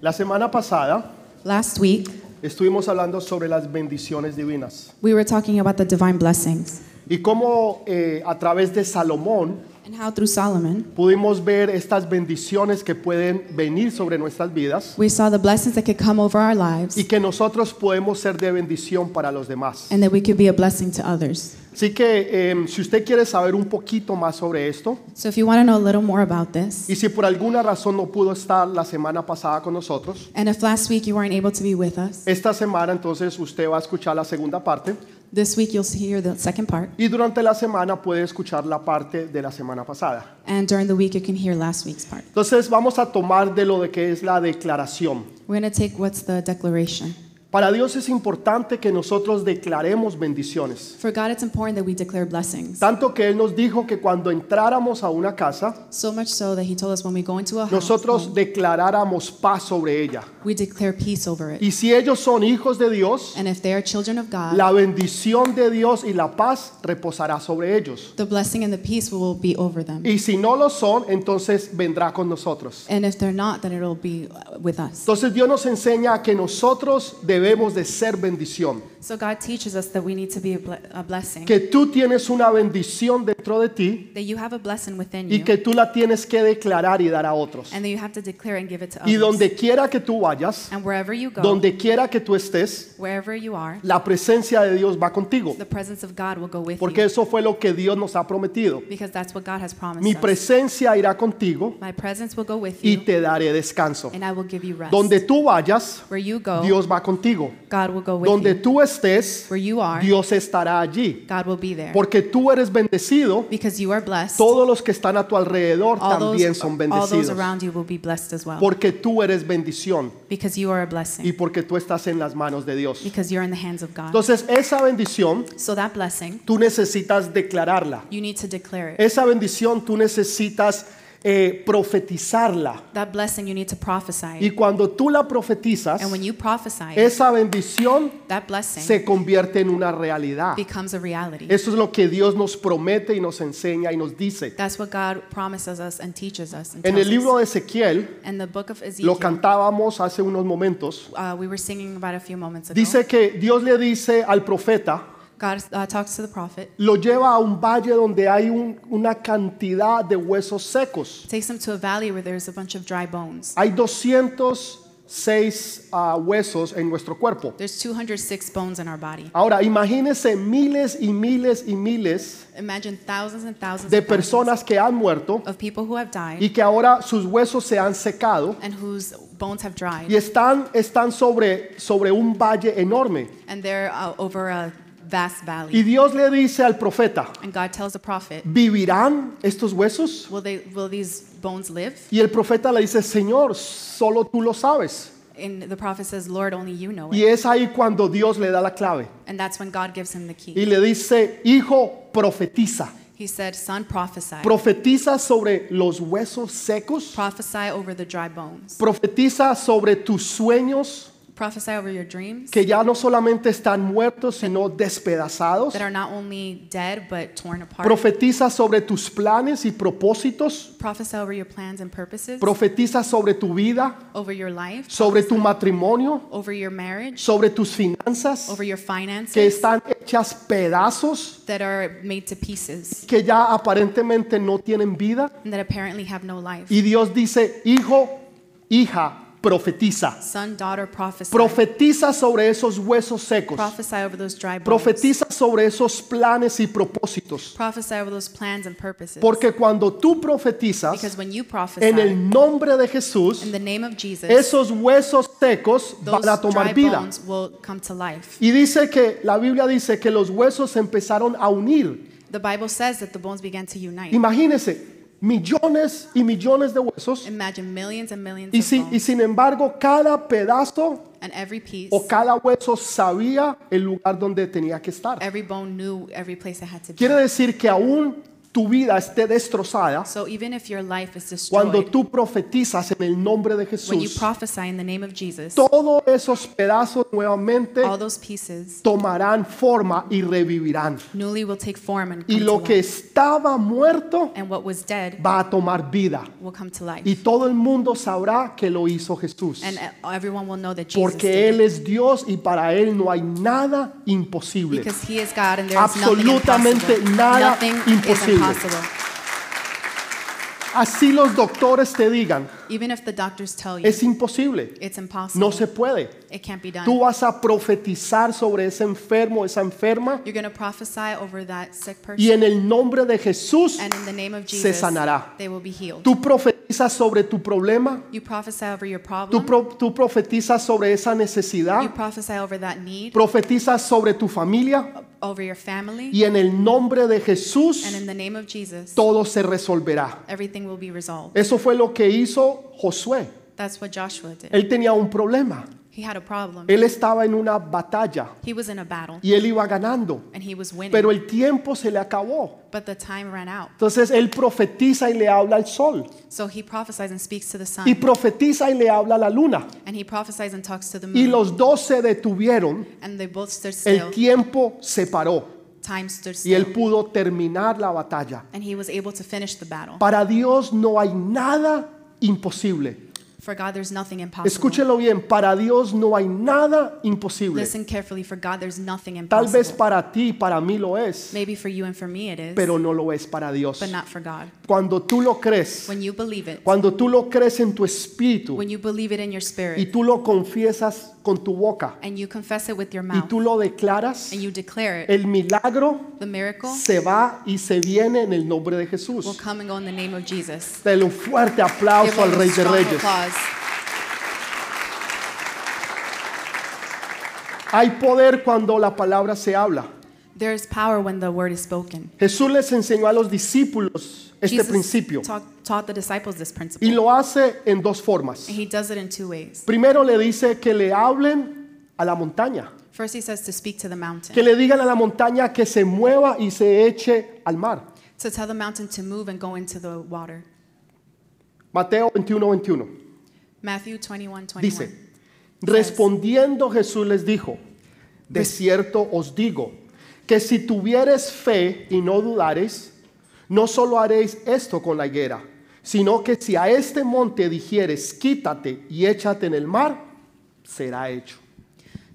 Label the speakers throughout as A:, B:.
A: La semana pasada
B: Last week,
A: estuvimos hablando sobre las bendiciones divinas
B: we were talking about the divine blessings
A: y cómo eh, a través de Salomón
B: and how through Solomon,
A: pudimos ver estas bendiciones que pueden venir sobre nuestras vidas
B: we saw the blessings that could come over our lives
A: y que nosotros podemos ser de bendición para los demás.
B: and that we could be a blessing to others.
A: Así que eh, si usted quiere saber un poquito más sobre esto
B: So if you want to know a little more about this,
A: y si por alguna razón no pudo estar la semana pasada con nosotros,
B: and if last week you weren't able to be with us,
A: esta semana entonces usted va a escuchar la segunda parte
B: this week you'll hear the second part.
A: y durante la semana puede escuchar la parte de la semana pasada.
B: And during the week, you can hear last week's part.
A: Entonces vamos a tomar de lo de que es la declaración.
B: We're going to take what's the declaration.
A: Para Dios es importante que nosotros declaremos bendiciones.
B: For God, it's important that we declare blessings.
A: Tanto que Él nos dijo que cuando entráramos a una casa,
B: So much so that He told us when we go into a house,
A: nosotros declaráramos paz sobre ella.
B: we declare peace over it.
A: Y si ellos son hijos de Dios,
B: And if they are children of God,
A: la bendición de Dios y la paz reposará sobre ellos.
B: the blessing and the peace will be over them.
A: Y si no lo son, entonces vendrá con nosotros.
B: And if they're not, then it'll be with us.
A: Entonces Dios nos enseña que nosotros debemos de ser bendición.
C: So God teaches us that we need to be a, ble- a blessing.
A: Que tú tienes una bendición dentro de ti
C: that you have a blessing within
A: y
C: you.
A: que tú la tienes que declarar y dar a otros.
C: and that you have to declare and give it to
A: Y
C: others.
A: donde quiera que tú vayas,
C: and wherever you go,
A: donde quiera que tú estés,
C: wherever you are,
A: la presencia de Dios va contigo,
C: the presence of God will go with
A: porque
C: you.
A: eso fue lo que Dios nos ha prometido.
C: Because that's what God has promised
A: Mi
C: us.
A: presencia irá contigo
C: My presence will go with
A: y
C: you,
A: te daré descanso.
C: and I will give you rest.
A: Donde tú vayas,
C: Where you go,
A: Dios va contigo.
C: God will go with
A: Donde
C: you.
A: tú estés,
C: Where you are,
A: Dios estará allí,
C: God will be there.
A: porque tú eres bendecido.
C: because you are blessed,
A: Todos los que están a tu alrededor
C: all,
A: también
C: those,
A: son
C: all those
A: bendecidos,
C: around you will be blessed as well.
A: porque tú eres bendición
C: because you are a
A: y
C: blessing.
A: porque tú estás en las manos de Dios.
C: Because you're in the hands of God.
A: Entonces, esa bendición
C: so that blessing,
A: tú necesitas declararla.
C: you need to declare it.
A: Esa bendición tú necesitas eh, profetizarla.
C: That blessing, you need to prophesy
A: Y
C: it.
A: cuando tú la profetizas,
C: And when you prophesy it,
A: esa bendición
C: that blessing
A: se convierte en una realidad.
C: becomes a reality.
A: Eso es lo que Dios nos promete y nos enseña y nos dice.
C: That's what God promises us and teaches us. And
A: En
C: tells
A: el libro
C: us.
A: de Ezequiel,
C: And the book of
A: lo
C: Ezekiel,
A: cantábamos hace unos momentos,
C: uh, we were singing about a few moments ago.
A: dice que Dios le dice al profeta,
C: God uh, talks to the prophet,
A: lo lleva a un valle donde hay un- una cantidad de huesos secos.
C: takes him to a valley where there's a bunch of dry bones.
A: Hay 206 ah, huesos en nuestro cuerpo.
C: There's 206 bones in our body.
A: Ahora, imagínense miles y miles y miles
C: Imagine thousands and thousands
A: de
C: and thousands
A: personas que han muerto
C: of people who have died
A: y que ahora sus huesos se han secado
C: and whose bones have dried,
A: y están, están sobre, sobre un valle enorme.
C: and they're uh, over a vast valley.
A: Y Dios le dice al profeta,
C: and God tells the prophet,
A: ¿vivirán estos huesos?
C: "Will they? Will these bones live?"
A: Y el profeta le dice, Señor, solo tú lo sabes.
C: And the prophet says, "Lord, only you know it."
A: Y es ahí cuando Dios le da la clave
C: And that's when God gives him the key.
A: y le dice, hijo, profetiza.
C: He said, Son, prophesy.
A: Profetiza sobre los huesos secos.
C: prophesy over the dry bones.
A: Profetiza sobre tus sueños
C: Prophesy over your dreams
A: que ya no solamente están muertos, sino despedazados.
C: that are not only dead but torn apart.
A: Profetiza sobre tus planes y propósitos.
C: prophesy over your plans and purposes,
A: Profetiza sobre tu vida,
C: over your life,
A: sobre tu matrimonio,
C: over your marriage,
A: sobre tus finanzas,
C: over your
A: que
C: finances
A: están hechas pedazos,
C: that are made to pieces
A: que ya aparentemente no tienen vida.
C: and that apparently have no life.
A: Y Dios dice, hijo, hija, profetiza.
C: Son, daughter, prophesy.
A: Profetiza sobre esos huesos secos.
C: prophesy over those dry bones.
A: Profetiza sobre esos planes y propósitos.
C: prophesy over those plans and purposes.
A: Porque cuando tú profetizas
C: because when you prophesy
A: en el nombre de Jesús,
C: in the name of Jesus,
A: esos huesos secos
C: those
A: van a tomar
C: dry
A: vida.
C: bones will come to life.
A: Y dice que la Biblia dice que los huesos se empezaron a unir.
C: The Bible says that the bones began to unite.
A: Imagínense, millones y millones de huesos.
C: Imagine millions and millions
A: Y,
C: of
A: si-
C: bones,
A: y sin embargo, cada pedazo
C: and every piece,
A: o cada hueso sabía el lugar donde tenía que estar.
C: every bone knew every place it had to be.
A: Quiere decir que aún tu vida esté destrozada,
C: So even if your life is
A: cuando
C: destroyed,
A: tú profetizas en el nombre de
C: when you
A: Jesús,
C: prophesy in the name of Jesus,
A: todos esos pedazos nuevamente
C: all those pieces
A: tomarán forma y revivirán.
C: newly will take form and
A: Y
C: come
A: lo
C: to
A: que
C: life.
A: estaba muerto
C: And what was dead
A: va a tomar vida.
C: will come to life.
A: Y todo el mundo sabrá que lo hizo Jesús.
C: And uh, everyone will know that Jesus
A: Porque
C: did
A: Él
C: it.
A: es Dios y para Él no hay nada imposible.
C: Because he is God and there is
A: Absolutamente
C: nothing impossible.
A: nada
C: nothing
A: imposible.
C: is impossible.
A: Así los doctores te digan,
C: Even if the doctors tell you
A: es imposible,
C: it's impossible,
A: no se puede.
C: it can't be done.
A: Tú vas a profetizar sobre ese enfermo, esa enferma,
C: You're going to prophesy over that sick person.
A: y en el nombre de Jesús
C: and in the name of
A: se
C: Jesus,
A: sanará.
C: they will be healed.
A: tú profetizas sobre tu problema,
C: you prophesy over your
A: tú,
C: problem.
A: pro- tú profetizas sobre esa
C: you
A: necesidad,
C: prophesy over that need,
A: profetizas sobre tu familia,
C: over your family.
A: y en el nombre de
C: and in
A: Jesús
C: the name of Jesus,
A: todo se resolverá.
C: everything will be resolved.
A: Eso fue lo que hizo Josué.
C: That's what Joshua did.
A: Él tenía un problema.
C: he had a problem.
A: Él estaba en una batalla
C: he was in a battle
A: y él iba ganando,
C: and he was winning.
A: pero el tiempo se le acabó.
C: but the time ran out.
A: Entonces él profetiza y le habla al sol,
C: So he prophesies and speaks to the sun.
A: y profetiza y le habla a la luna.
C: and he prophesies and talks to the moon.
A: Y los dos se detuvieron,
C: and they both stood still.
A: el tiempo se paró
C: time stood
A: y
C: still.
A: él pudo terminar la batalla.
C: and he was able to finish the battle.
A: Para Dios no hay nada imposible.
C: For God, there's nothing impossible.
A: Escúchelo bien, para Dios no hay nada imposible.
C: Listen carefully. For God, there's nothing
A: Tal vez
C: impossible.
A: para ti, para mí lo es,
C: Maybe for you and for me it is,
A: pero no lo es para Dios.
C: but not for God.
A: Cuando tú lo crees,
C: When you believe it,
A: cuando tú lo crees en tu espíritu
C: when you believe it in your
A: y
C: spirit,
A: tú lo confiesas con tu boca
C: and you confess it with your
A: y
C: mouth,
A: tú lo declaras,
C: and you declare it,
A: el milagro
C: the miracle
A: se va y se viene en el nombre de
C: will
A: Jesús.
C: come and go in the name of Jesus.
A: Dale un fuerte aplauso al
C: Give
A: Rey
C: him
A: de
C: strong
A: Reyes.
C: applause.
A: Hay poder cuando la palabra se habla.
C: There is power when the word is spoken.
A: Jesús les enseñó a los discípulos este
C: Jesus
A: principio
C: taught, taught the disciples this
A: y
C: principle.
A: lo hace en dos formas.
C: And he does it in two ways.
A: Primero le dice que le hablen a la montaña,
C: First, he says to speak to the
A: que
C: mountain,
A: le digan a la montaña que se mueva y se eche al mar.
C: to tell the mountain to move and go into the water.
A: Mateo 21, 21.
C: Matthew 21, 21.
A: Dice, respondiendo Jesús les dijo, de cierto os digo, que si tuvieres fe y no dudares, no solo haréis esto con la higuera, sino que si a este monte dijeres, quítate y échate en el mar, será hecho.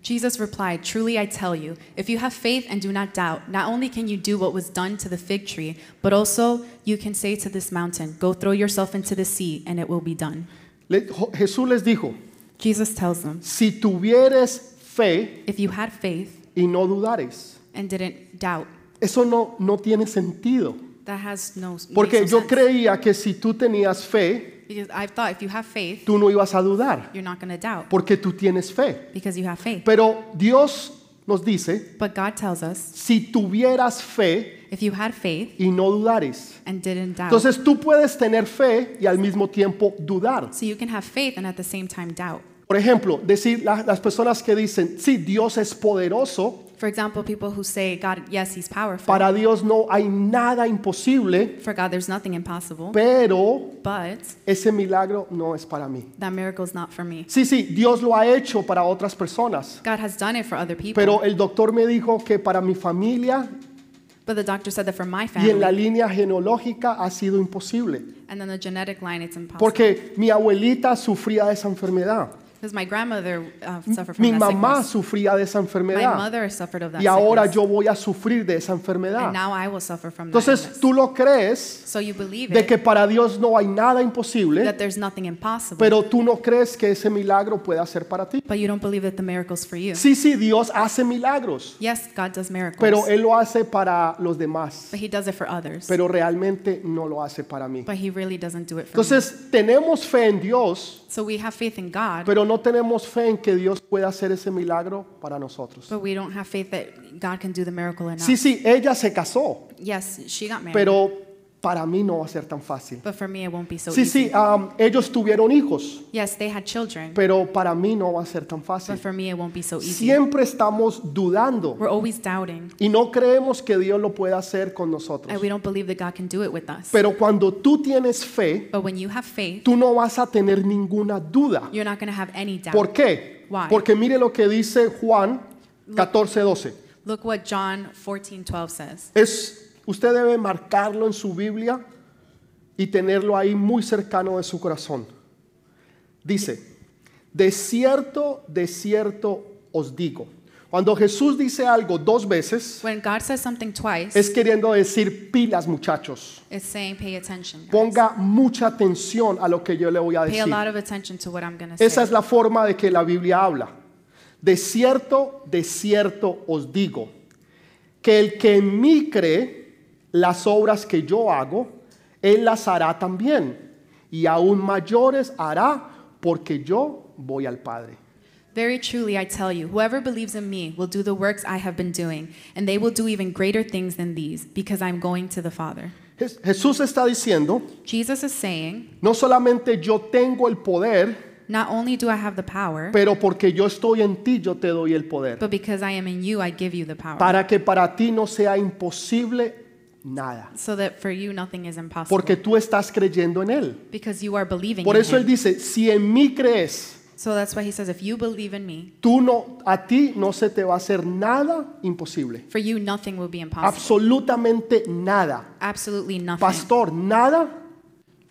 C: Jesus replied, Truly I tell you, if you have faith and do not doubt, not only can you do what was done to the fig tree, but also you can say to this mountain, Go throw yourself into the sea, and it will be done.
A: Le- Jo- Jesús les dijo,
C: Jesus tells them,
A: si tuvieres fe
C: If you had faith
A: y no dudares,
C: and didn't doubt,
A: eso no, no tiene sentido.
C: that has no makes
A: Porque
C: no
A: yo
C: sense.
A: creía que si tú tenías fe,
C: Because I thought if you have faith,
A: tú no ibas a dudar,
C: you're not going to doubt
A: porque tú tienes fe.
C: because you have faith.
A: Pero Dios nos dice,
C: But God tells us,
A: si tuvieras fe
C: if you had faith
A: y no dudares.
C: and didn't doubt,
A: Entonces tú puedes tener fe y al mismo tiempo dudar.
C: so you can have faith and at the same time doubt.
A: Por ejemplo, decir la- las personas que dicen, sí, Dios es poderoso,
C: For example, people who say, God, yes, he's powerful.
A: para Dios no hay nada imposible,
C: For God, there's nothing impossible.
A: pero
C: but
A: ese milagro no es para mí.
C: that miracle is not for me.
A: Sí, sí, Dios lo ha hecho para otras personas,
C: God has done it for other people.
A: pero el doctor me dijo que para mi familia
C: but the doctor said that for my
A: y en la
C: family.
A: línea genealógica ha sido imposible,
C: And then the genetic line, it's impossible.
A: porque mi abuelita sufría de esa enfermedad.
C: Because my grandmother uh, suffered from
A: Mi
C: that
A: mamá
C: sickness.
A: sufría de esa
C: My
A: enfermedad
C: mother suffered of that
A: y ahora
C: sickness.
A: yo voy a sufrir de esa
C: and
A: enfermedad.
C: now I will suffer from that
A: Entonces
C: illness.
A: tú lo crees
C: So you believe
A: de
C: it,
A: que para Dios no hay nada
C: that
A: imposible,
C: there's nothing impossible.
A: pero tú no crees que ese milagro pueda ser para ti.
C: but you don't believe that the miracle's for you.
A: Sí, sí, Dios hace milagros,
C: yes, God does miracles.
A: pero Él lo hace para los demás,
C: but he does it for others.
A: pero realmente no lo hace para mí.
C: but he really doesn't do it for me.
A: Entonces tenemos fe en Dios,
C: So we have faith in God,
A: pero no tenemos fe en que Dios pueda hacer ese milagro para nosotros.
C: but we don't have faith that God can do the miracle in
A: Sí,
C: us.
A: sí, ella se casó,
C: Yes, she got married.
A: pero para mí no va a ser tan fácil.
C: But for me, it won't be so
A: Sí,
C: easy.
A: sí, um, ellos tuvieron hijos,
C: Yes, they had children,
A: pero para mí no va a ser tan
C: but
A: fácil.
C: for me, it won't be so easy.
A: Siempre estamos dudando
C: We're always doubting,
A: y no creemos que Dios lo pueda hacer con
C: and
A: nosotros.
C: we don't believe that God can do it with us.
A: Pero cuando tú tienes fe,
C: But when you have faith,
A: tú no vas a tener ninguna duda.
C: you're not going to have any doubt.
A: ¿Por qué?
C: Why?
A: Porque mire lo que dice Juan 14:12.
C: Look what John 14:12 says.
A: Es usted debe marcarlo en su Biblia y tenerlo ahí muy cercano de su corazón. Dice, "De cierto, de cierto os digo." Cuando Jesús dice algo dos veces,
C: When God says something twice,
A: es queriendo decir pilas, muchachos.
C: it's saying pay attention. guys.
A: Ponga mucha atención a lo que yo le voy a
C: Pay a
A: decir.
C: lot of attention to what I'm going to
A: Esa es
C: say.
A: la forma de que la Biblia habla. De cierto, de cierto os digo, que el que en mí cree, las obras que yo hago, él las hará también, y aún mayores hará, porque yo voy al Padre.
C: Very truly, I tell you, whoever believes in me will do the works I have been doing, and they will do even greater things than these, because I'm going to the Father.
A: Jes- Jesús está diciendo,
C: Jesus is saying,
A: no solamente yo tengo el poder,
C: Not only do I have the power,
A: pero porque yo estoy en ti, yo te doy el poder,
C: but because I am in you, I give you the power.
A: para que para ti no sea imposible nada,
C: So that for you, nothing is impossible.
A: porque tú estás creyendo en Él.
C: Because you are believing
A: Por
C: in
A: eso él
C: him.
A: dice, si en mí crees,
C: So that's why he says, If you believe in me,
A: tú no a ti no se te va a hacer nada imposible.
C: for you, nothing will be impossible.
A: Absolutamente nada.
C: Absolutely nothing.
A: Pastor, nada,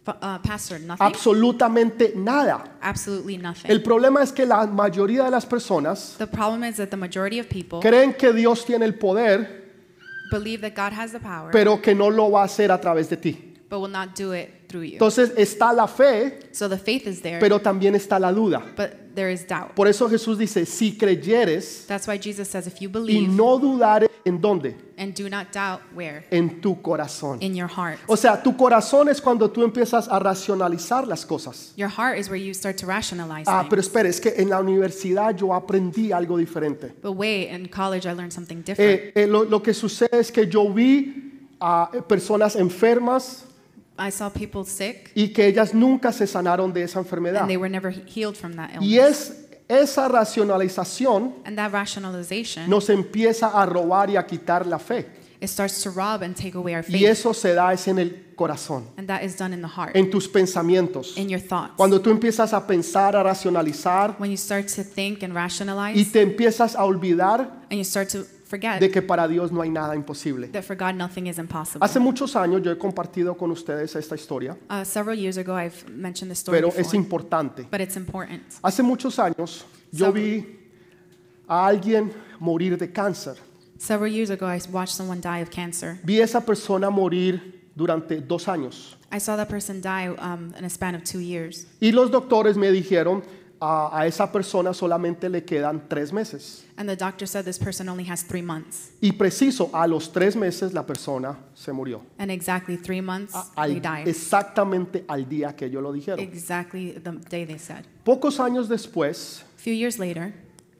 C: F- uh, pastor, nothing.
A: absolutamente nada.
C: Absolutely nothing.
A: El problema es que la mayoría de las personas
C: the problem is that the majority of people
A: creen que Dios tiene el poder,
C: believe that God has the power,
A: pero que no lo va a hacer a través de ti.
C: but will not do it through you.
A: Entonces está la fe,
C: so the faith is there,
A: pero también está la duda.
C: but there is doubt.
A: Por eso Jesús dice, si creyeres
C: That's why Jesus says, If you
A: y
C: believe
A: no dudares, ¿en dónde?
C: and do not doubt, where?
A: En tu corazón.
C: In your heart.
A: O sea, tu corazón es cuando tú empiezas a racionalizar las cosas.
C: Your heart is where you start to rationalize
A: Ah,
C: things.
A: pero espere, es que en la universidad yo aprendí algo diferente.
C: But wait, in college I learned something different.
A: Eh, eh, lo, lo que sucede es que yo vi a personas enfermas
C: I saw people sick
A: y que ellas nunca se sanaron de esa enfermedad.
C: and they were never he- healed from that illness.
A: Y es esa racionalización
C: And that rationalization,
A: nos empieza a robar y a quitar la fe.
C: it starts to rob and take away our faith.
A: Y eso se da es en el corazón,
C: And that is done in the heart,
A: en tus pensamientos.
C: in your thoughts.
A: Cuando tú empiezas a pensar, a racionalizar
C: when you start to think and rationalize
A: y te empiezas a olvidar
C: and you start to forget
A: de que para Dios no hay nada imposible.
C: that for God nothing is impossible.
A: Hace muchos años yo he compartido con ustedes esta historia,
C: Uh, several years ago, I've mentioned this story
A: pero
C: before,
A: es importante.
C: but it's important.
A: Hace muchos años yo
C: So-
A: vi a alguien morir de cáncer.
C: Several years ago, I watched someone die of cancer.
A: Vi a esa persona morir durante dos años.
C: I saw that person die um, in a span of two years,
A: Y los doctores me dijeron, a, a esa persona solamente le quedan tres meses.
C: and the doctor said this person only has three months.
A: Y preciso, a los tres meses la persona se murió.
C: And exactly three months, they
A: Al-
C: died.
A: exactamente al día que ellos lo dijeron.
C: Exactly the day they said.
A: Pocos años después,
C: A few years later,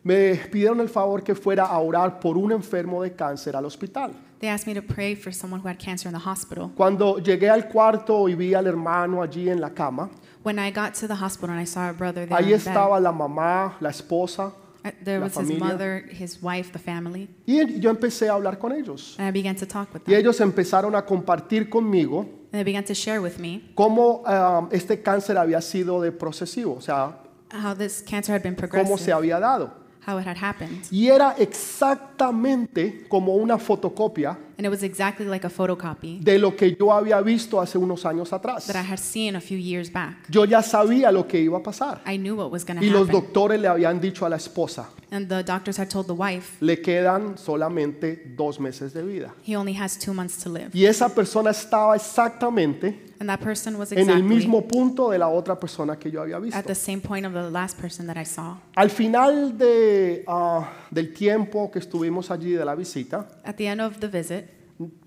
A: Me pidieron el favor que fuera a orar por un enfermo de cáncer al hospital.
C: they asked me to pray for someone who had cancer in the hospital.
A: Cuando llegué al cuarto y vi al hermano allí en la cama,
C: When I got to the hospital and I saw our brother there,
A: ahí
C: in bed,
A: estaba la mamá, la esposa,
C: I- there
A: la
C: was
A: familia.
C: his mother, his wife, the family,
A: y yo empecé a hablar con ellos.
C: and I began to talk with
A: Y
C: them.
A: ellos empezaron a compartir conmigo
C: And they began to share with me
A: cómo ah, este cáncer había sido de procesivo, o sea,
C: how this cancer had been
A: cómo se
C: progressing,
A: había dado.
C: how it had happened.
A: Y era exactamente como una fotocopia
C: And it was exactly like a photocopy
A: de lo que yo había visto hace unos años atrás.
C: that I had seen a few years back.
A: Yo ya sabía lo que iba a pasar.
C: I knew what was going to
A: Y los
C: happen.
A: doctores le habían dicho a la esposa,
C: And the doctors had told the wife,
A: le quedan solamente dos meses de vida.
C: he only has two months to live.
A: Y esa persona estaba exactamente
C: And that person was
A: en el
C: exactly
A: mismo punto de la otra persona que yo había
C: at
A: visto.
C: the same point of the last person that I saw.
A: Al final de, ah, del tiempo que estuvimos allí de la visita,
C: At the end of the visit,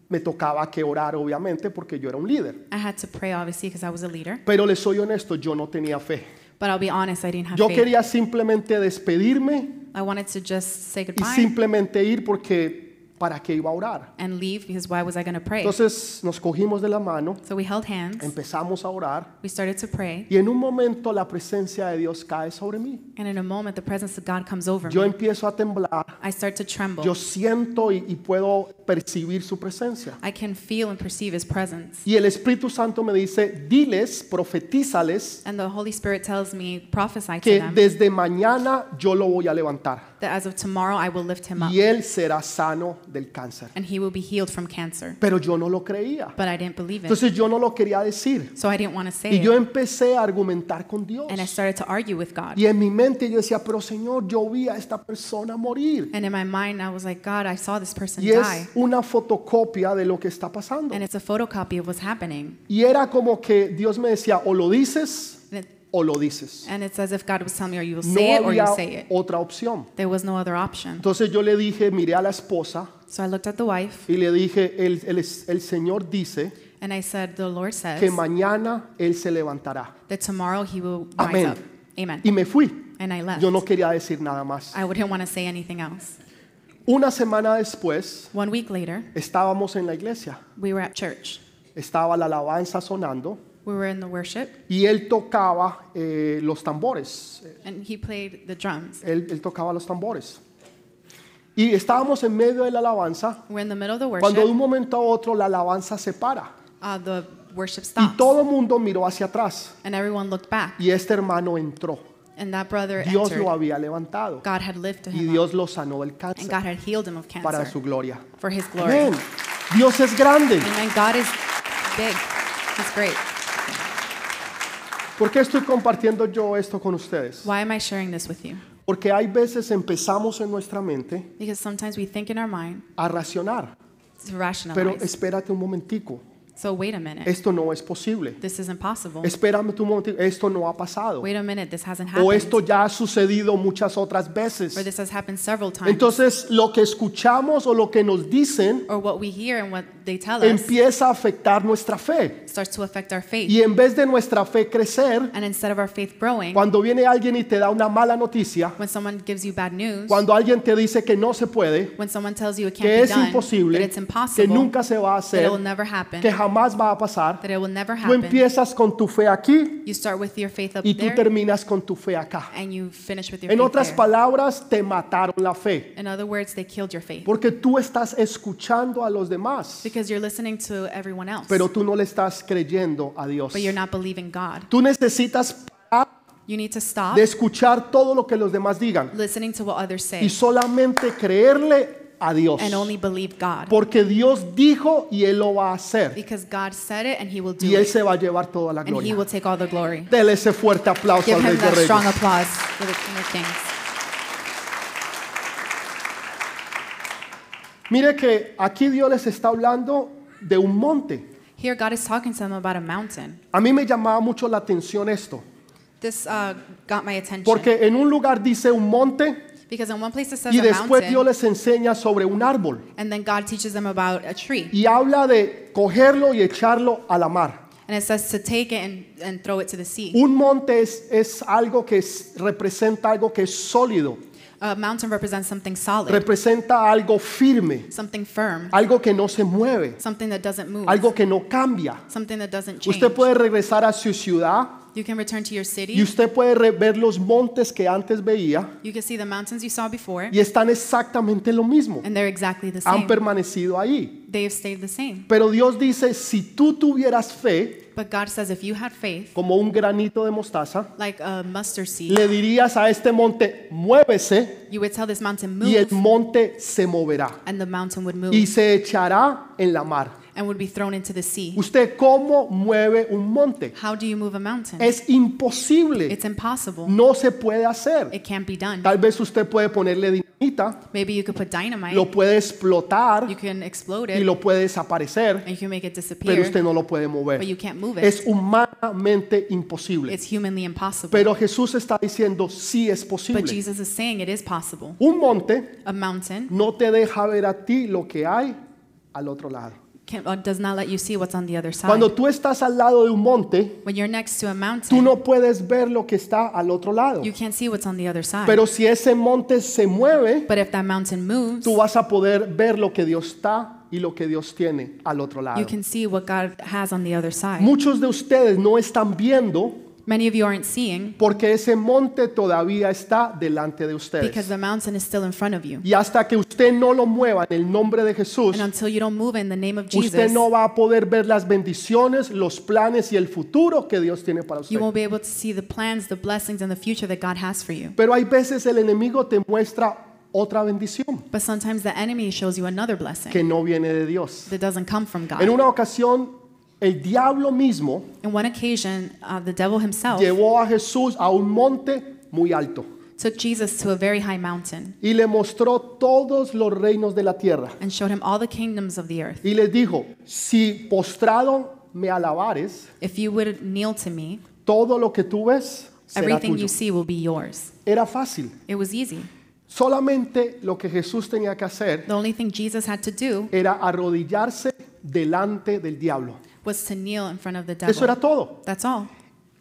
A: me tocaba que orar, obviamente, porque yo era un líder.
C: I had to pray, obviously, because I was a leader.
A: Pero les soy honesto, yo no tenía fe.
C: But I'll be honest, I didn't have
A: Yo
C: faith.
A: quería simplemente despedirme
C: I wanted to just say
A: y
C: goodbye
A: simplemente ir porque ¿Para qué iba a orar?
C: and leave because why was I going to pray?
A: Entonces nos cogimos de la mano,
C: So we held hands,
A: empezamos a orar
C: we started to pray,
A: y en un momento la presencia de Dios cae sobre mí.
C: and in a moment the presence of God comes over
A: Yo
C: me.
A: empiezo a temblar,
C: I start to tremble.
A: yo siento y, y puedo percibir su presencia.
C: I can feel and perceive his presence.
A: Y el Espíritu Santo me dice, diles, profetízales,
C: And the Holy Spirit tells me, prophesy to
A: que
C: them
A: desde mañana yo lo voy a levantar
C: that as of tomorrow I will lift him up
A: y él será sano del cáncer.
C: and he will be healed from cancer.
A: Pero yo no lo creía.
C: But I didn't believe it.
A: Entonces yo no lo quería decir.
C: So I didn't want to say
A: Y yo
C: it.
A: empecé a argumentar con Dios.
C: Eh. And I started to argue with God.
A: Y en mi mente yo decía, pero Señor, yo vi a esta persona morir.
C: And in my mind, I was like, God, I saw this person
A: Y es
C: die.
A: una fotocopia de lo que está pasando.
C: And it's a photocopy of what's happening.
A: Y era como que Dios me decía, o lo dices
C: And, it,
A: o lo dices.
C: and it's as if God was telling me, or you will
A: No
C: say it or
A: había
C: you'll say it.
A: otra opción.
C: There was no other option.
A: Entonces yo le dije, miré a la esposa
C: So I looked at the wife
A: y le dije, el, el- el Señor dice
C: and I said, The Lord says
A: que mañana Él se levantará.
C: that tomorrow he will rise
A: Amén.
C: up. Amen.
A: Y me fui.
C: And I left.
A: Yo no quería decir nada más.
C: I wouldn't want to say anything else.
A: Una semana después
C: One week later,
A: estábamos en la iglesia.
C: we were at church.
A: Estaba la alabanza sonando
C: We were in the worship,
A: y él tocaba eh, los tambores.
C: and he played the drums.
A: Él, él tocaba los tambores. Y estábamos en medio de la alabanza
C: We're in the middle of the
A: cuando de un
C: worship.
A: momento a otro la alabanza se para
C: Uh, the worship
A: y
C: stops,
A: todo el mundo miró hacia atrás
C: and everyone looked back.
A: y este hermano entró.
C: And that brother
A: Dios lo
C: entered.
A: había levantado
C: God had lifted
A: y
C: him up,
A: Dios lo sanó del
C: and
A: cáncer
C: God had healed him of
A: para su
C: cancer
A: gloria.
C: for His glory.
A: Amén.
C: And
A: Dios es grande.
C: then God is big. He's great.
A: ¿Por qué estoy compartiendo yo esto con ustedes?
C: Why am I sharing this with you?
A: Porque hay veces empezamos en nuestra mente
C: Because sometimes we think in our mind
A: a racionar,
C: to
A: pero
C: rationalize.
A: espérate un momentico,
C: So wait a minute.
A: esto no es posible.
C: This is impossible.
A: Espérame un momentico, esto no ha pasado.
C: Wait a minute. This hasn't
A: O esto
C: happened.
A: ya ha sucedido muchas otras
C: Or
A: veces.
C: this has happened several times.
A: Entonces, lo que escuchamos o lo que nos dicen
C: Or what we hear and what they tell us
A: empieza a afectar nuestra fe.
C: starts to affect our faith.
A: Y en vez de nuestra fe crecer,
C: And instead of our faith growing,
A: cuando viene alguien y te da una mala noticia,
C: when someone gives you bad news,
A: cuando alguien te dice que no se puede,
C: when someone tells you it
A: que
C: can't be
A: es
C: done, that
A: imposible,
C: it's
A: que
C: impossible,
A: nunca se va a
C: that it will
A: hacer,
C: never happen,
A: que jamás va a pasar,
C: that it will never
A: Tú
C: happen,
A: empiezas con tu fe aquí
C: you start with your faith up
A: y tú
C: there
A: terminas con tu fe acá.
C: and you finish with your
A: En otras
C: faith there.
A: palabras, te mataron la fe.
C: In other words, they killed your faith
A: Porque tú estás escuchando a los demás,
C: because you're listening to everyone else,
A: pero
C: but
A: tú no le estás creyendo a Dios.
C: you're not believing God.
A: Tú necesitas parar
C: You need to stop
A: de escuchar todo lo que los demás digan
C: listening to what others say
A: y solamente creerle a Dios.
C: and only believe God
A: Porque Dios dijo y Él lo va a hacer.
C: because God said it and He will
A: Y
C: do
A: Él
C: it
A: se va a llevar toda la
C: and He
A: gloria.
C: will take all the glory.
A: Dele ese fuerte aplauso
C: Give
A: al Rey
C: Him
A: de
C: that strong
A: Reyes.
C: applause for the King of Kings.
A: Mire que aquí Dios les está hablando de un monte.
C: Here, God is talking to them about a mountain.
A: A mí me llamaba mucho la atención esto,
C: This uh, got my attention.
A: porque en un lugar dice un monte
C: because in one place it says
A: y
C: a
A: después
C: mountain,
A: Dios les enseña sobre un árbol
C: and then God teaches them about a tree.
A: y habla de cogerlo y echarlo a la mar.
C: And it says to take it and, and throw it to the sea.
A: Un monte es, es algo que es- representa algo que es sólido,
C: A mountain represents something solid,
A: representa algo firme,
C: something firm,
A: algo que no se mueve,
C: something that doesn't move,
A: algo que no cambia.
C: something that doesn't change.
A: Usted puede regresar a su ciudad
C: you can return to your city.
A: y usted puede re- ver los montes que antes veía
C: you can see the mountains you saw before,
A: y están exactamente lo mismo.
C: and they're exactly the
A: Han
C: same.
A: permanecido ahí.
C: they have stayed the same.
A: Pero Dios dice, si tú tuvieras fe
C: But God says if you had faith,
A: como un granito de mostaza,
C: like a mustard seed,
A: le dirías a este monte, muévese,
C: you would tell this mountain
A: y el
C: move,
A: monte se moverá
C: and the mountain would move
A: y se echará en la mar.
C: and would be thrown into the sea.
A: ¿Usted cómo mueve un monte?
C: How do you move a mountain?
A: Es imposible,
C: It's impossible.
A: no se puede hacer.
C: It can't be done.
A: Tal vez usted puede ponerle dinamita,
C: Maybe you could put dynamite.
A: lo puede explotar
C: You can explode
A: y
C: it
A: lo puede desaparecer,
C: and you can make it
A: pero
C: disappear,
A: usted no lo puede
C: but you
A: mover.
C: can't move
A: Es
C: it.
A: humanamente imposible.
C: It's humanly impossible.
A: Pero Jesús está diciendo, sí es
C: But
A: posible.
C: Jesus is saying it is possible.
A: Un monte
C: A mountain
A: no te deja ver a ti lo que hay al otro lado.
C: can, uh, does not let you see what's on the other side.
A: Cuando tú estás al lado de un monte,
C: When you're next to a
A: tú
C: mountain,
A: no puedes ver lo que está al otro lado.
C: you can't see what's on the other side.
A: Pero si ese monte se mueve,
C: but if that mountain moves,
A: tú vas a poder ver lo que Dios está y lo que Dios tiene al otro
C: you
A: lado.
C: can see what God has on the other side.
A: Muchos de ustedes no están viendo
C: Many of you aren't seeing
A: porque ese monte todavía está delante de
C: because
A: ustedes.
C: the mountain is still in front of you.
A: Y hasta que usted no lo mueva en el nombre de Jesús,
C: And until you don't move in the name of
A: usted
C: Jesus,
A: no va a poder ver las bendiciones, los planes y el futuro que Dios tiene para usted.
C: you won't be able to see the plans, the blessings, and the future that God has for you.
A: Pero hay veces el enemigo te muestra otra bendición
C: But sometimes the enemy shows you another blessing
A: que no viene de Dios.
C: that doesn't come from God.
A: En una ocasión, el diablo mismo
C: In one occasion, uh, the devil himself
A: llevó a Jesús a un monte muy alto
C: took Jesus to a very high mountain
A: y le mostró todos los reinos de la tierra
C: and showed him all the kingdoms of the earth.
A: y les dijo, si postrado me alabares,
C: If you would kneel to me,
A: todo lo que tú ves será
C: everything
A: tuyo.
C: you see will be yours.
A: Era fácil.
C: It was easy.
A: Solamente lo que Jesús tenía que hacer
C: The only thing Jesus had to do
A: era arrodillarse delante del diablo.
C: was to kneel in front of the
A: Eso era
C: devil.
A: todo.
C: That's all.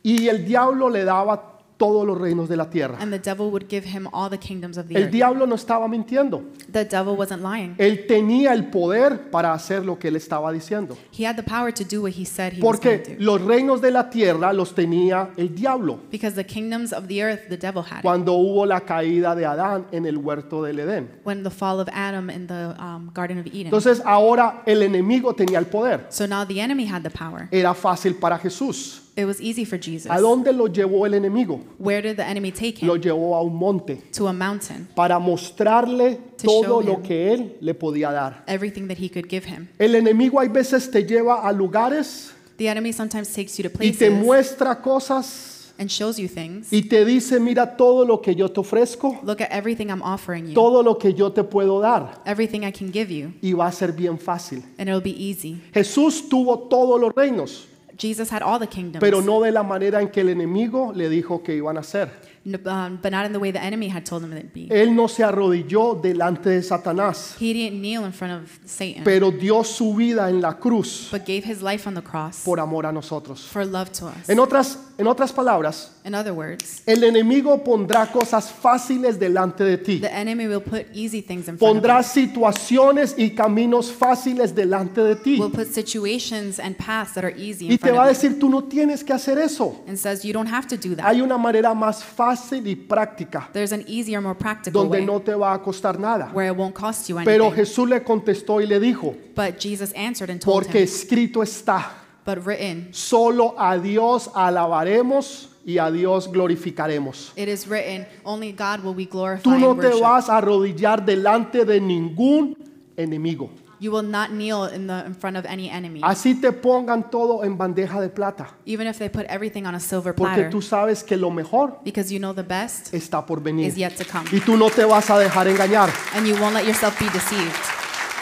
A: Y el diablo le daba todos los reinos de la tierra.
C: And the devil would give him all the kingdoms of the
A: El
C: earth.
A: diablo no estaba mintiendo.
C: The devil wasn't lying.
A: Él tenía el poder para hacer lo que él estaba diciendo.
C: He had the power to do what he said he was
A: Porque
C: going to do.
A: los reinos de la tierra los tenía el diablo
C: Because the kingdoms of the earth, the devil had. it.
A: cuando hubo la caída de Adán en el huerto del Edén.
C: When the fall of Adam in the um, Garden of Eden.
A: Entonces ahora el enemigo tenía el poder.
C: So now the enemy had the power.
A: Era fácil para Jesús.
C: It was easy for Jesus.
A: ¿A dónde lo llevó el enemigo?
C: Where did the enemy take
A: Lo
C: him?
A: llevó a un monte
C: To a mountain.
A: para mostrarle
C: To show
A: todo lo
C: him.
A: que él le podía dar.
C: Everything that he could give him.
A: El enemigo hay veces te lleva a lugares
C: The enemy sometimes takes you to
A: y te
C: places
A: muestra cosas
C: and shows you things.
A: y te dice, mira todo lo que yo te ofrezco,
C: Look at everything I'm offering you.
A: todo lo que yo te puedo dar
C: Everything I can give you.
A: y va a ser bien fácil.
C: And it'll be easy.
A: Jesús tuvo todos los reinos,
C: Jesus had all the kingdoms.
A: pero no de la manera en que el enemigo le dijo que iban a hacer.
C: N- um, but not in the way the enemy had told him it'd be.
A: Él no se arrodilló delante de Satanás,
C: He didn't kneel in front of Satan,
A: pero dio su vida en la cruz
C: but gave his life on the cross
A: por amor a nosotros.
C: for love to us.
A: En otras, en otras palabras,
C: In other words,
A: el enemigo pondrá cosas fáciles delante de ti.
C: the enemy will put easy things in front
A: Pondrá
C: of
A: situaciones y caminos fáciles delante de ti.
C: you. Will put situations and paths that are easy
A: Y
C: in
A: te
C: front
A: va a
C: of you.
A: decir, tú no tienes que hacer eso.
C: And says you don't have to do that.
A: Hay una manera más fácil y práctica,
C: There's an easier, more practical
A: donde
C: way
A: no te va a costar nada.
C: where it won't cost you
A: Pero
C: anything.
A: Jesús le contestó y le dijo,
C: But Jesus answered and told
A: porque
C: him,
A: escrito está,
C: but written,
A: solo a Dios alabaremos y a Dios glorificaremos.
C: it is written, only God will we glorify
A: Tú no
C: and
A: te
C: worship.
A: vas a arrodillar delante de ningún enemigo.
C: You will not kneel in, the, in front of any enemy,
A: Así te pongan todo en bandeja de plata,
C: even if they put everything on a silver
A: porque
C: platter,
A: tú sabes que lo mejor
C: because you know the best
A: está por
C: is
A: venir.
C: yet to come.
A: Y tú no te vas a dejar engañar.
C: And you won't let yourself be deceived.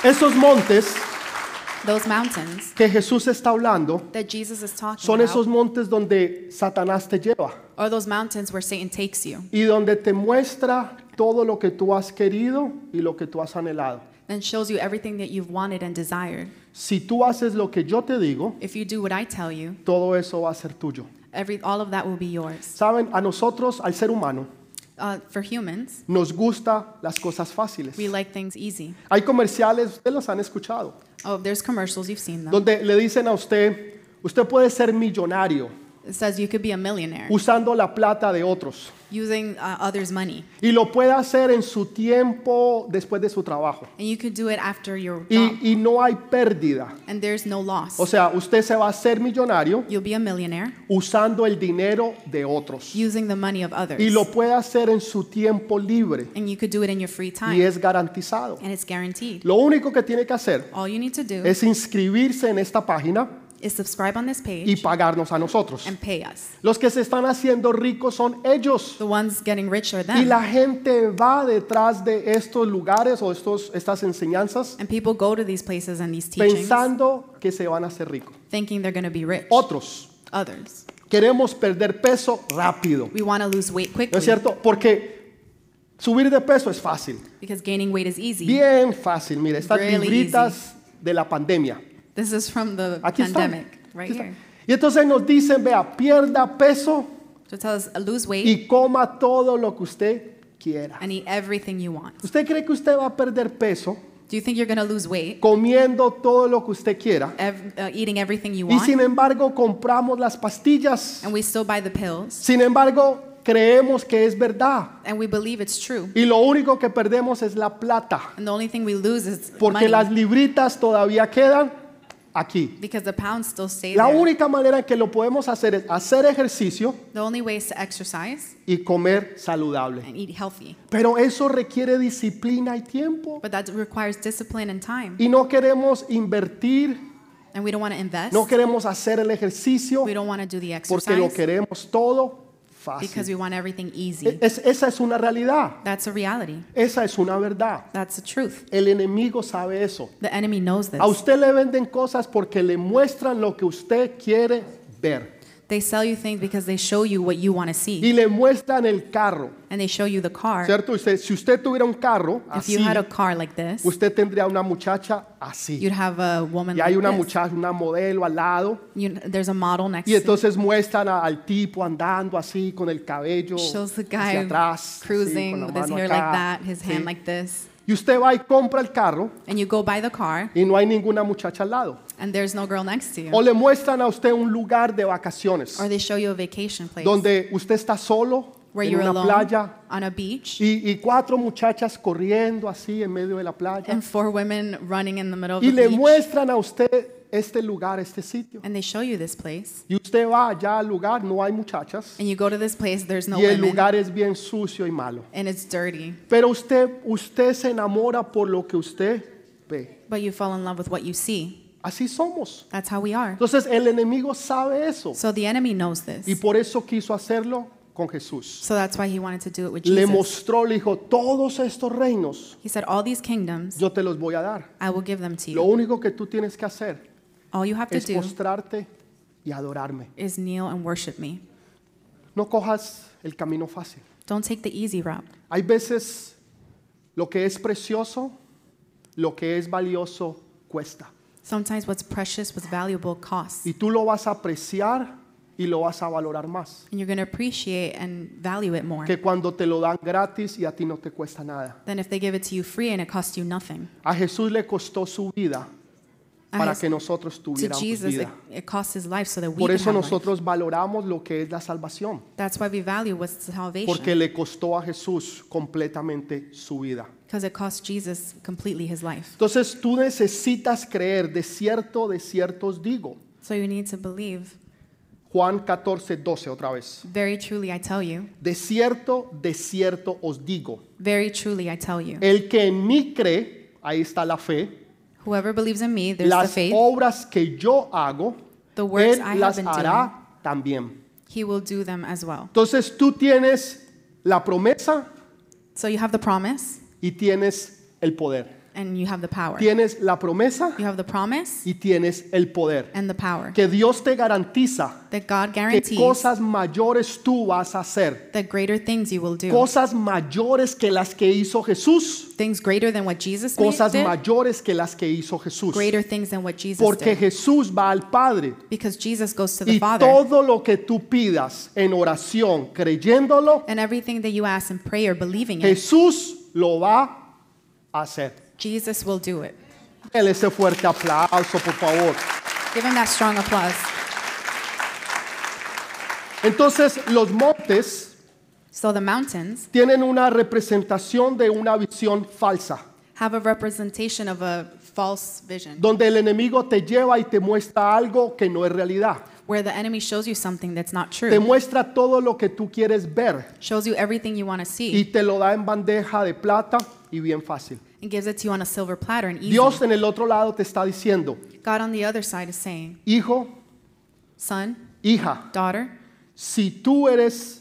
A: Esos montes
C: Those mountains
A: que Jesús está hablando
C: that Jesus is talking
A: son esos
C: about
A: montes donde Satanás te lleva.
C: are those mountains where Satan takes you
A: y donde te muestra todo lo que tú has querido y lo que tú has anhelado.
C: and shows you everything that you've wanted and desired.
A: Si tú haces lo que yo te digo,
C: If you do what I tell you,
A: todo eso va a ser tuyo.
C: every, all of that will be yours.
A: Saben, a nosotros, al ser humano,
C: Uh, for humans,
A: nos gusta las cosas fáciles.
C: we like things easy.
A: Hay comerciales, ustedes los han escuchado,
C: Oh, there's commercials, you've seen them.
A: donde le dicen a usted, usted puede ser millonario
C: It says you could be a millionaire
A: usando la plata de otros
C: using uh, others' money,
A: y lo puede hacer en su tiempo después de su trabajo
C: and you could do it after your job,
A: y, y no hay pérdida.
C: and there's no loss.
A: O sea, usted se va a hacer millonario
C: You'll be a millionaire
A: usando el dinero de otros.
C: using the money of
A: y
C: others,
A: lo puede hacer en su tiempo libre
C: and you could do it in your free
A: y
C: time,
A: es garantizado.
C: and it's guaranteed.
A: Lo único que tiene que hacer
C: All you need to do
A: es inscribirse en esta página
C: is subscribe on this
A: y
C: page
A: pagarnos a nosotros.
C: and pay us.
A: Los que se están haciendo ricos son ellos.
C: The ones getting rich are
A: Y
C: them.
A: la gente va detrás de estos lugares o estos, estas enseñanzas
C: And people go to these places and these Em, teachings
A: pensando que se van a hacer ricos.
C: thinking they're going to be rich.
A: Otros,
C: Others.
A: queremos perder peso rápido.
C: We want to lose weight
A: ¿No es
C: quickly
A: cierto? Porque subir de peso es fácil.
C: because gaining weight is easy.
A: Bien fácil. Mira, estas
C: Really
A: libritas de la pandemia.
C: This is from the
A: Aquí está.
C: pandemic, right
A: Aquí está.
C: here.
A: Y entonces nos dicen, vea, pierda peso
C: So it tells us, uh, lose weight
A: y coma todo lo que usted quiera.
C: and eat everything you want.
A: ¿Usted cree que usted va a perder peso
C: Do you think you're going to lose weight
A: comiendo todo lo que usted quiera?
C: ev- uh, eating everything you
A: Y
C: want?
A: sin embargo compramos las pastillas.
C: and we still buy the pills
A: Sin embargo, creemos que es verdad.
C: and we believe it's true.
A: Y lo único que perdemos es la plata.
C: And the only thing we lose is
A: Porque
C: money
A: las libritas todavía quedan aquí.
C: because the pounds still stay
A: La
C: there.
A: única manera en que lo podemos hacer es hacer ejercicio
C: the only way is to exercise
A: y comer saludable.
C: and eat healthy.
A: Pero eso requiere disciplina y tiempo.
C: But that requires discipline and time.
A: Y no queremos invertir,
C: And we don't want to invest.
A: no queremos hacer el ejercicio
C: we don't want to do the
A: porque lo
C: exercise
A: queremos todo
C: because
A: fácil.
C: we want everything easy.
A: Es- esa es una realidad,
C: That's a reality.
A: esa es una verdad.
C: That's the truth.
A: El enemigo sabe eso.
C: The enemy knows this.
A: A usted le venden cosas porque le muestran lo que usted quiere ver.
C: They sell you things because they show you what you want to see.
A: Y le muestran el carro,
C: and they show you the car.
A: ¿cierto? Usted- si usted tuviera un carro
C: If
A: así,
C: you had a car like this,
A: usted tendría una muchacha así.
C: you'd have a woman
A: Y hay una
C: like this.
A: muchacha, una modelo al lado.
C: You, there's a model next
A: Y
C: to you.
A: entonces muestran a- al tipo andando así con el cabello
C: Shows the
A: hacia
C: guy
A: atrás, así, con
C: cruising
A: la
C: with his
A: mano
C: hair
A: acá,
C: like that, his
A: sí.
C: hand like this.
A: Y usted va y compra el carro
C: And you go by the car,
A: y no hay ninguna muchacha al lado.
C: and there's no girl next to you.
A: O le muestran a usted un lugar de vacaciones
C: Or they show you a vacation place
A: donde usted está solo
C: where
A: en
C: you're
A: una
C: alone
A: playa
C: on a beach
A: Y, y cuatro muchachas corriendo así en medio de la playa.
C: and four women running in the middle of
A: Y
C: the
A: le
C: beach.
A: muestran a usted este lugar, este sitio.
C: And they show you this place.
A: Y usted va allá al lugar, no hay muchachas.
C: And you go to this place, there's no
A: Y el
C: women,
A: lugar es bien sucio y malo.
C: and it's dirty.
A: Pero usted, usted se enamora por lo que usted ve.
C: But you fall in love with what you see.
A: Así somos.
C: That's how we are.
A: Entonces el enemigo sabe eso.
C: So the enemy knows this.
A: Y por eso quiso hacerlo con Jesús.
C: So that's why he wanted to do it with
A: Le
C: Jesus.
A: mostró, le dijo, todos estos reinos
C: He said, All these kingdoms
A: yo te los voy a dar.
C: I will give them to
A: Lo
C: you.
A: único que tú tienes que hacer
C: All you have to
A: es
C: do
A: postrarte y adorarme.
C: is kneel and worship me.
A: No cojas el camino fácil.
C: Don't take the easy route.
A: Hay veces lo que es precioso, lo que es valioso cuesta.
C: Sometimes what's precious, what's valuable costs.
A: Y tú lo vas a apreciar y lo vas a valorar más
C: And you're going to appreciate and value it more
A: que cuando te lo dan gratis y a ti no te cuesta nada.
C: than if they give it to you free and it costs you nothing.
A: A Jesús le costó su vida
C: A
A: para
C: Jes-
A: que nosotros
C: To
A: tuviéramos
C: Jesus, it,
A: vida.
C: it costs his life so that we
A: Por
C: can
A: eso
C: have life.
A: nosotros valoramos lo que es la salvación,
C: That's why we value what's
A: porque
C: salvation.
A: le costó a Jesús completamente su vida.
C: Because it cost Jesus completely his life.
A: Entonces tú necesitas creer, de cierto, de cierto os digo.
C: So you need to believe.
A: Juan 14, 12 otra vez.
C: Very truly I tell you.
A: De cierto, de cierto os digo,
C: Very truly I tell you.
A: el que en mí cree, ahí está la fe,
C: Whoever believes in me, there's the
A: las
C: faith.
A: obras que yo hago,
C: The works
A: él
C: I have
A: las
C: been
A: hará también.
C: He will do them as well.
A: Entonces tú tienes la promesa
C: So you have the promise
A: y tienes el poder.
C: and you have the power.
A: Tienes la promesa
C: You have the promise
A: y tienes el poder.
C: and the power
A: Que Dios te garantiza
C: that God
A: que
C: guarantees
A: cosas mayores tú vas a hacer.
C: that greater things you will do.
A: Cosas mayores que las que hizo Jesús.
C: Things greater than what Jesus made-
A: cosas
C: did.
A: mayores que las que hizo Jesús.
C: Greater things than what Jesus
A: Porque
C: did.
A: Jesús va al Padre
C: Because Jesus goes to the
A: y
C: Father.
A: todo lo que tú pidas en oración, creyéndolo,
C: And everything that you ask in prayer, believing it,
A: Jesús lo va a hacer.
C: Jesus will do it.
A: Dele ese fuerte aplauso, por favor.
C: Give him that strong applause.
A: Entonces, los montes
C: So the mountains
A: tienen una representación de una visión falsa,
C: have a representation of a false vision,
A: donde el enemigo te lleva y te muestra algo que no es realidad.
C: where the enemy shows you something that's not
A: Te
C: true,
A: muestra todo lo que tú quieres ver
C: shows you everything you want to
A: y
C: see,
A: te lo da en bandeja de plata y bien fácil.
C: and gives it to you on a silver platter and easy.
A: Dios en el otro lado te está diciendo,
C: God on the other side is saying,
A: hijo,
C: Son,
A: hija,
C: daughter,
A: si tú eres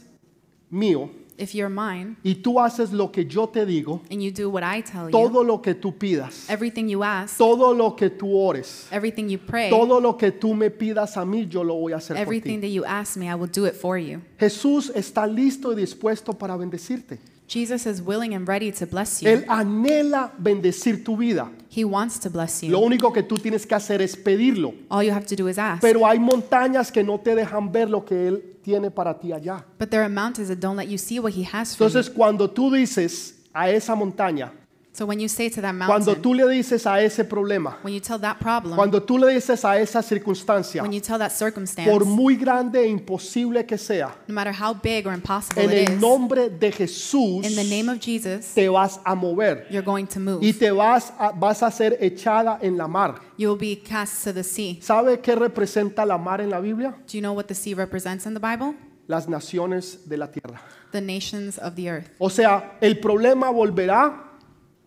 A: mío
C: if you're mine
A: y tú haces lo que yo te digo,
C: and you do what I tell you,
A: todo lo que tú pidas,
C: everything you ask,
A: todo lo que tú ores,
C: everything you pray,
A: todo lo que tú me pidas a mí, yo lo voy a hacer por
C: everything
A: ti.
C: that you ask me, I will do it for you.
A: Jesús está listo y dispuesto para bendecirte.
C: Jesus is willing and ready to bless
A: Él
C: you.
A: anhela bendecir tu vida.
C: He wants to bless
A: Lo
C: you.
A: único que tú tienes que hacer es pedirlo.
C: All you have to do is ask.
A: Pero hay montañas que no te dejan ver lo que Él tiene para ti allá.
C: But there are mountains that don't let you see what He has for you.
A: Entonces cuando tú dices a esa montaña,
C: So when you say to that
A: cuando
C: mountain,
A: tú le dices a ese problema,
C: when you tell that problem,
A: cuando tú le dices a esa circunstancia,
C: when you tell that circumstance,
A: por muy grande e imposible que sea,
C: no matter how big or impossible
A: en
C: it
A: el
C: is,
A: nombre de Jesús
C: in the name of Jesus,
A: te vas a mover
C: you're going to
A: y
C: move.
A: te vas a, vas a ser echada en la mar.
C: You will be cast to the sea.
A: ¿Sabe qué representa la mar en la Biblia?
C: Do you know what the sea represents in the Bible?
A: Las naciones de la tierra.
C: The nations of the earth.
A: O sea, el problema volverá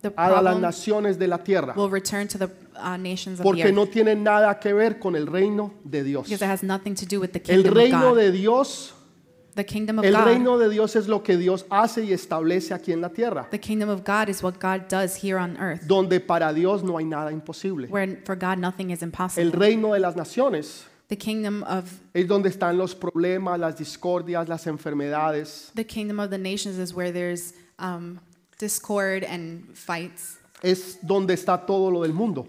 C: The
A: a las
C: problem
A: naciones de la tierra
C: will return to the uh, nations of the
A: porque
C: earth
A: no tiene nada que ver con el reino de Dios.
C: because it has nothing to do with the
A: El
C: kingdom of
A: reino
C: God.
A: de Dios,
C: the kingdom of
A: el
C: God.
A: reino de Dios es lo que Dios hace y establece aquí en la tierra,
C: the kingdom of God is what God does here on earth,
A: donde para Dios no hay nada imposible.
C: where for God nothing is
A: El
C: impossible.
A: reino de las naciones
C: The kingdom of
A: es donde están los problemas, las discordias, las enfermedades.
C: the kingdom of the nations is where there's um, discord and fights
A: Es donde está todo lo del mundo.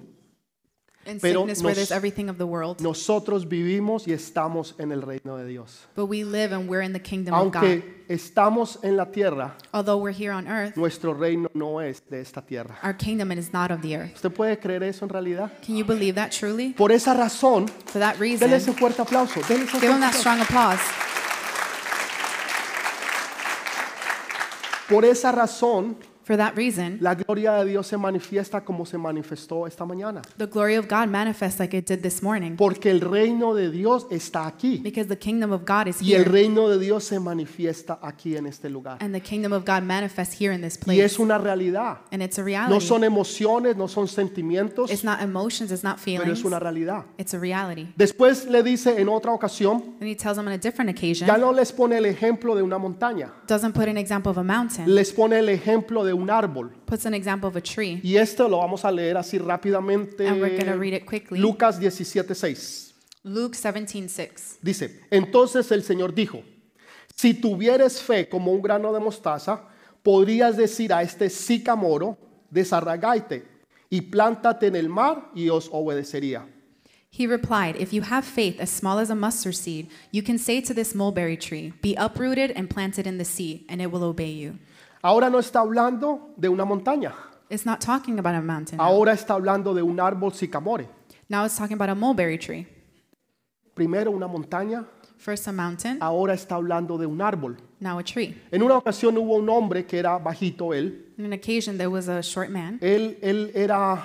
C: and
A: Pero
C: sickness, where
A: nos-
C: there's everything of the world.
A: Nosotros vivimos y estamos en el reino de Dios.
C: But we live and we're in the kingdom of Oh God.
A: Aunque estamos en la tierra,
C: Although we're here on earth,
A: nuestro reino no es de esta tierra.
C: our kingdom is not of the earth.
A: ¿Usted puede creer eso en realidad?
C: Can you believe that truly?
A: Por esa razón,
C: For that reason,
A: denle ese
C: give
A: fuerte aplauso. denle ese fuerte
C: them that
A: aplauso.
C: strong applause.
A: Por esa razón,
C: For that reason,
A: la gloria de Dios se manifiesta como se manifestó esta mañana.
C: the glory of God manifests like it did this morning
A: Porque el reino de Dios está aquí.
C: because the kingdom of God is
A: Y el
C: here
A: reino de Dios se manifiesta aquí en este lugar.
C: and the kingdom of God manifests here in this
A: Y es
C: place.
A: una realidad.
C: And it's a
A: No
C: reality.
A: son emociones, no son sentimientos,
C: It's not emotions, it's not
A: pero es
C: feelings.
A: una realidad.
C: It's a reality.
A: Después le dice en otra ocasión,
C: And he tells them on a different occasion,
A: ya no les pone el ejemplo de una montaña,
C: doesn't put an example of a mountain,
A: les pone el ejemplo de un árbol.
C: puts an example of a tree.
A: Y esto lo vamos a leer así rápidamente.
C: And we're going to read it quickly.
A: Lucas 17:6.
C: Luke 17, 6.
A: Dice, entonces el Señor dijo, si tuvieres fe como un grano de mostaza, podrías decir a este sicamoro, desarragaite y plántate en el mar y os obedecería.
C: He replied, If you have faith as small as a mustard seed, you can say to this mulberry tree, Be uprooted and planted in the sea, and it will obey you.
A: Ahora no está hablando de una montaña,
C: It's not talking about a mountain. now.
A: ahora está hablando de un árbol sicamore.
C: Now it's talking about a mulberry tree.
A: Primero una montaña,
C: First a mountain,
A: ahora está hablando de un árbol.
C: now a tree.
A: En una ocasión hubo un hombre que era bajito él,
C: On an occasion, there was a short man.
A: él, él era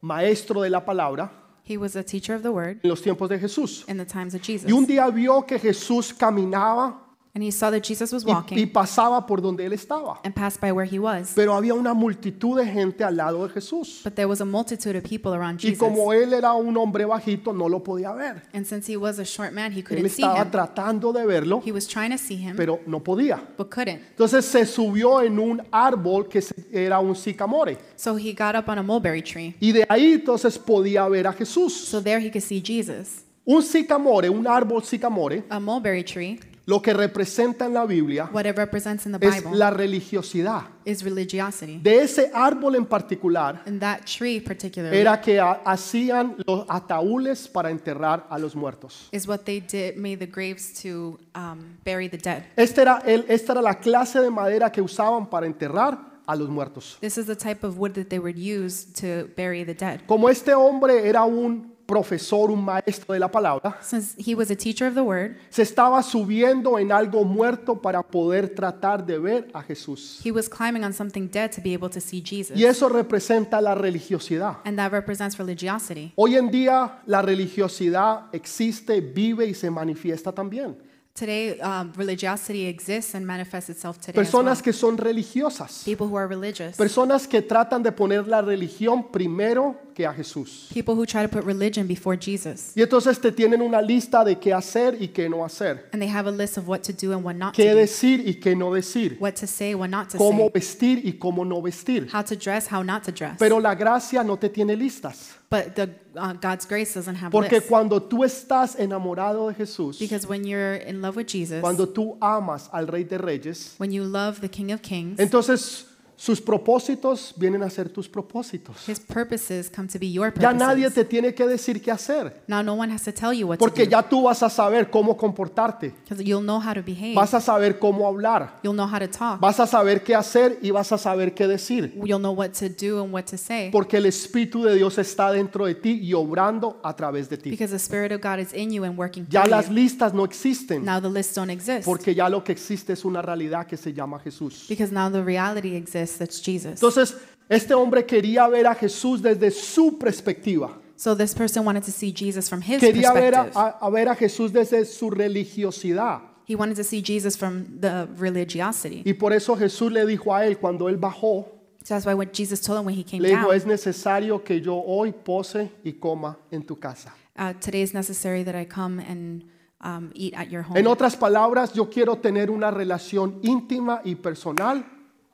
A: maestro de la palabra
C: He was a teacher of the word
A: en los tiempos de Jesús.
C: in the times of Jesus.
A: Y un día vio que Jesús caminaba
C: And he saw that Jesus was
A: y, y
C: walking
A: pasaba por donde él estaba.
C: and passed by where he was.
A: Pero había una multitud de gente al lado de Jesús.
C: But there was a multitude of people around
A: Y
C: Jesus.
A: como él era un hombre bajito, no lo podía ver.
C: And since he was a short man, he
A: Él
C: couldn't see
A: estaba
C: him.
A: tratando de verlo,
C: He was trying to see him,
A: pero no podía.
C: but couldn't.
A: Entonces se subió en un árbol que se- era un sicamore.
C: So he got up on a mulberry tree.
A: Y de ahí entonces podía ver a Jesús.
C: So there he could see Jesus.
A: Un sicamore, un árbol sicamore,
C: A mulberry tree,
A: lo que representa en la Biblia
C: what it represents in the
A: es
C: Bible,
A: la religiosidad.
C: is religiosity.
A: De ese árbol en particular,
C: And that tree, particularly,
A: era que ha- hacían los ataúdes para enterrar a los muertos.
C: is what they did, made the graves to um, bury the dead.
A: Este era el- esta era la clase de madera que usaban para enterrar a los muertos.
C: This is the type of wood that they would use to bury the dead.
A: Como este hombre era un profesor, un maestro de la palabra,
C: Since he was a teacher of the word,
A: se estaba subiendo en algo muerto para poder tratar de ver a Jesús.
C: he was climbing on something dead to be able to see Jesus.
A: Y eso representa la religiosidad.
C: And that represents religiosity.
A: Hoy en día la religiosidad existe, vive y se manifiesta también.
C: Today, um, religiosity exists and manifests itself today. as well.
A: Personas que son religiosas.
C: People who are religious.
A: Personas que tratan de poner la religión primero que a Jesús.
C: People who try to put religion before Jesus.
A: Y entonces te tienen una lista de qué hacer y qué no hacer,
C: And they have a list of what to do and what not
A: qué
C: to do.
A: decir y qué no decir,
C: What to say, what not to
A: cómo
C: say.
A: vestir y cómo no vestir.
C: How to dress, how not to dress.
A: Pero la gracia no te tiene listas.
C: But the, uh, God's grace doesn't have
A: Porque
C: lists.
A: cuando tú estás enamorado de Jesús,
C: Because when you're in love with Jesus,
A: cuando tú amas al Rey de Reyes,
C: when you love the King of Kings,
A: entonces sus propósitos vienen a ser tus propósitos.
C: his purposes come to be your
A: Ya
C: purposes.
A: nadie te tiene que decir qué hacer,
C: now no one has to tell you what
A: porque
C: to do.
A: ya tú vas a saber cómo comportarte,
C: Because you'll know how to behave.
A: vas a saber cómo hablar,
C: you'll know how to talk.
A: vas a saber qué hacer y vas a saber qué decir,
C: you'll know what to do and what to say.
A: porque el Espíritu de Dios está dentro de ti y obrando a través de ti.
C: because the Spirit of God is in you and working
A: Ya
C: through
A: las
C: you.
A: listas no existen,
C: Now the lists don't exist.
A: porque ya lo que existe es una realidad que se llama Jesús.
C: because now the reality exists that's Jesus.
A: Entonces, este hombre quería ver a Jesús desde su perspectiva.
C: so this person wanted to see Jesus from his
A: Quería ver a,
C: perspective.
A: a- a ver a Jesús desde su religiosidad.
C: he wanted to see Jesus from the religiosity.
A: Y por eso Jesús le dijo a él cuando él bajó,
C: So that's why what Jesus told him when he came
A: le dijo,
C: down,
A: es necesario que yo hoy pose y coma en tu casa.
C: uh, today is necessary that I come and um, eat at your home.
A: En otras palabras, yo quiero tener una relación íntima y personal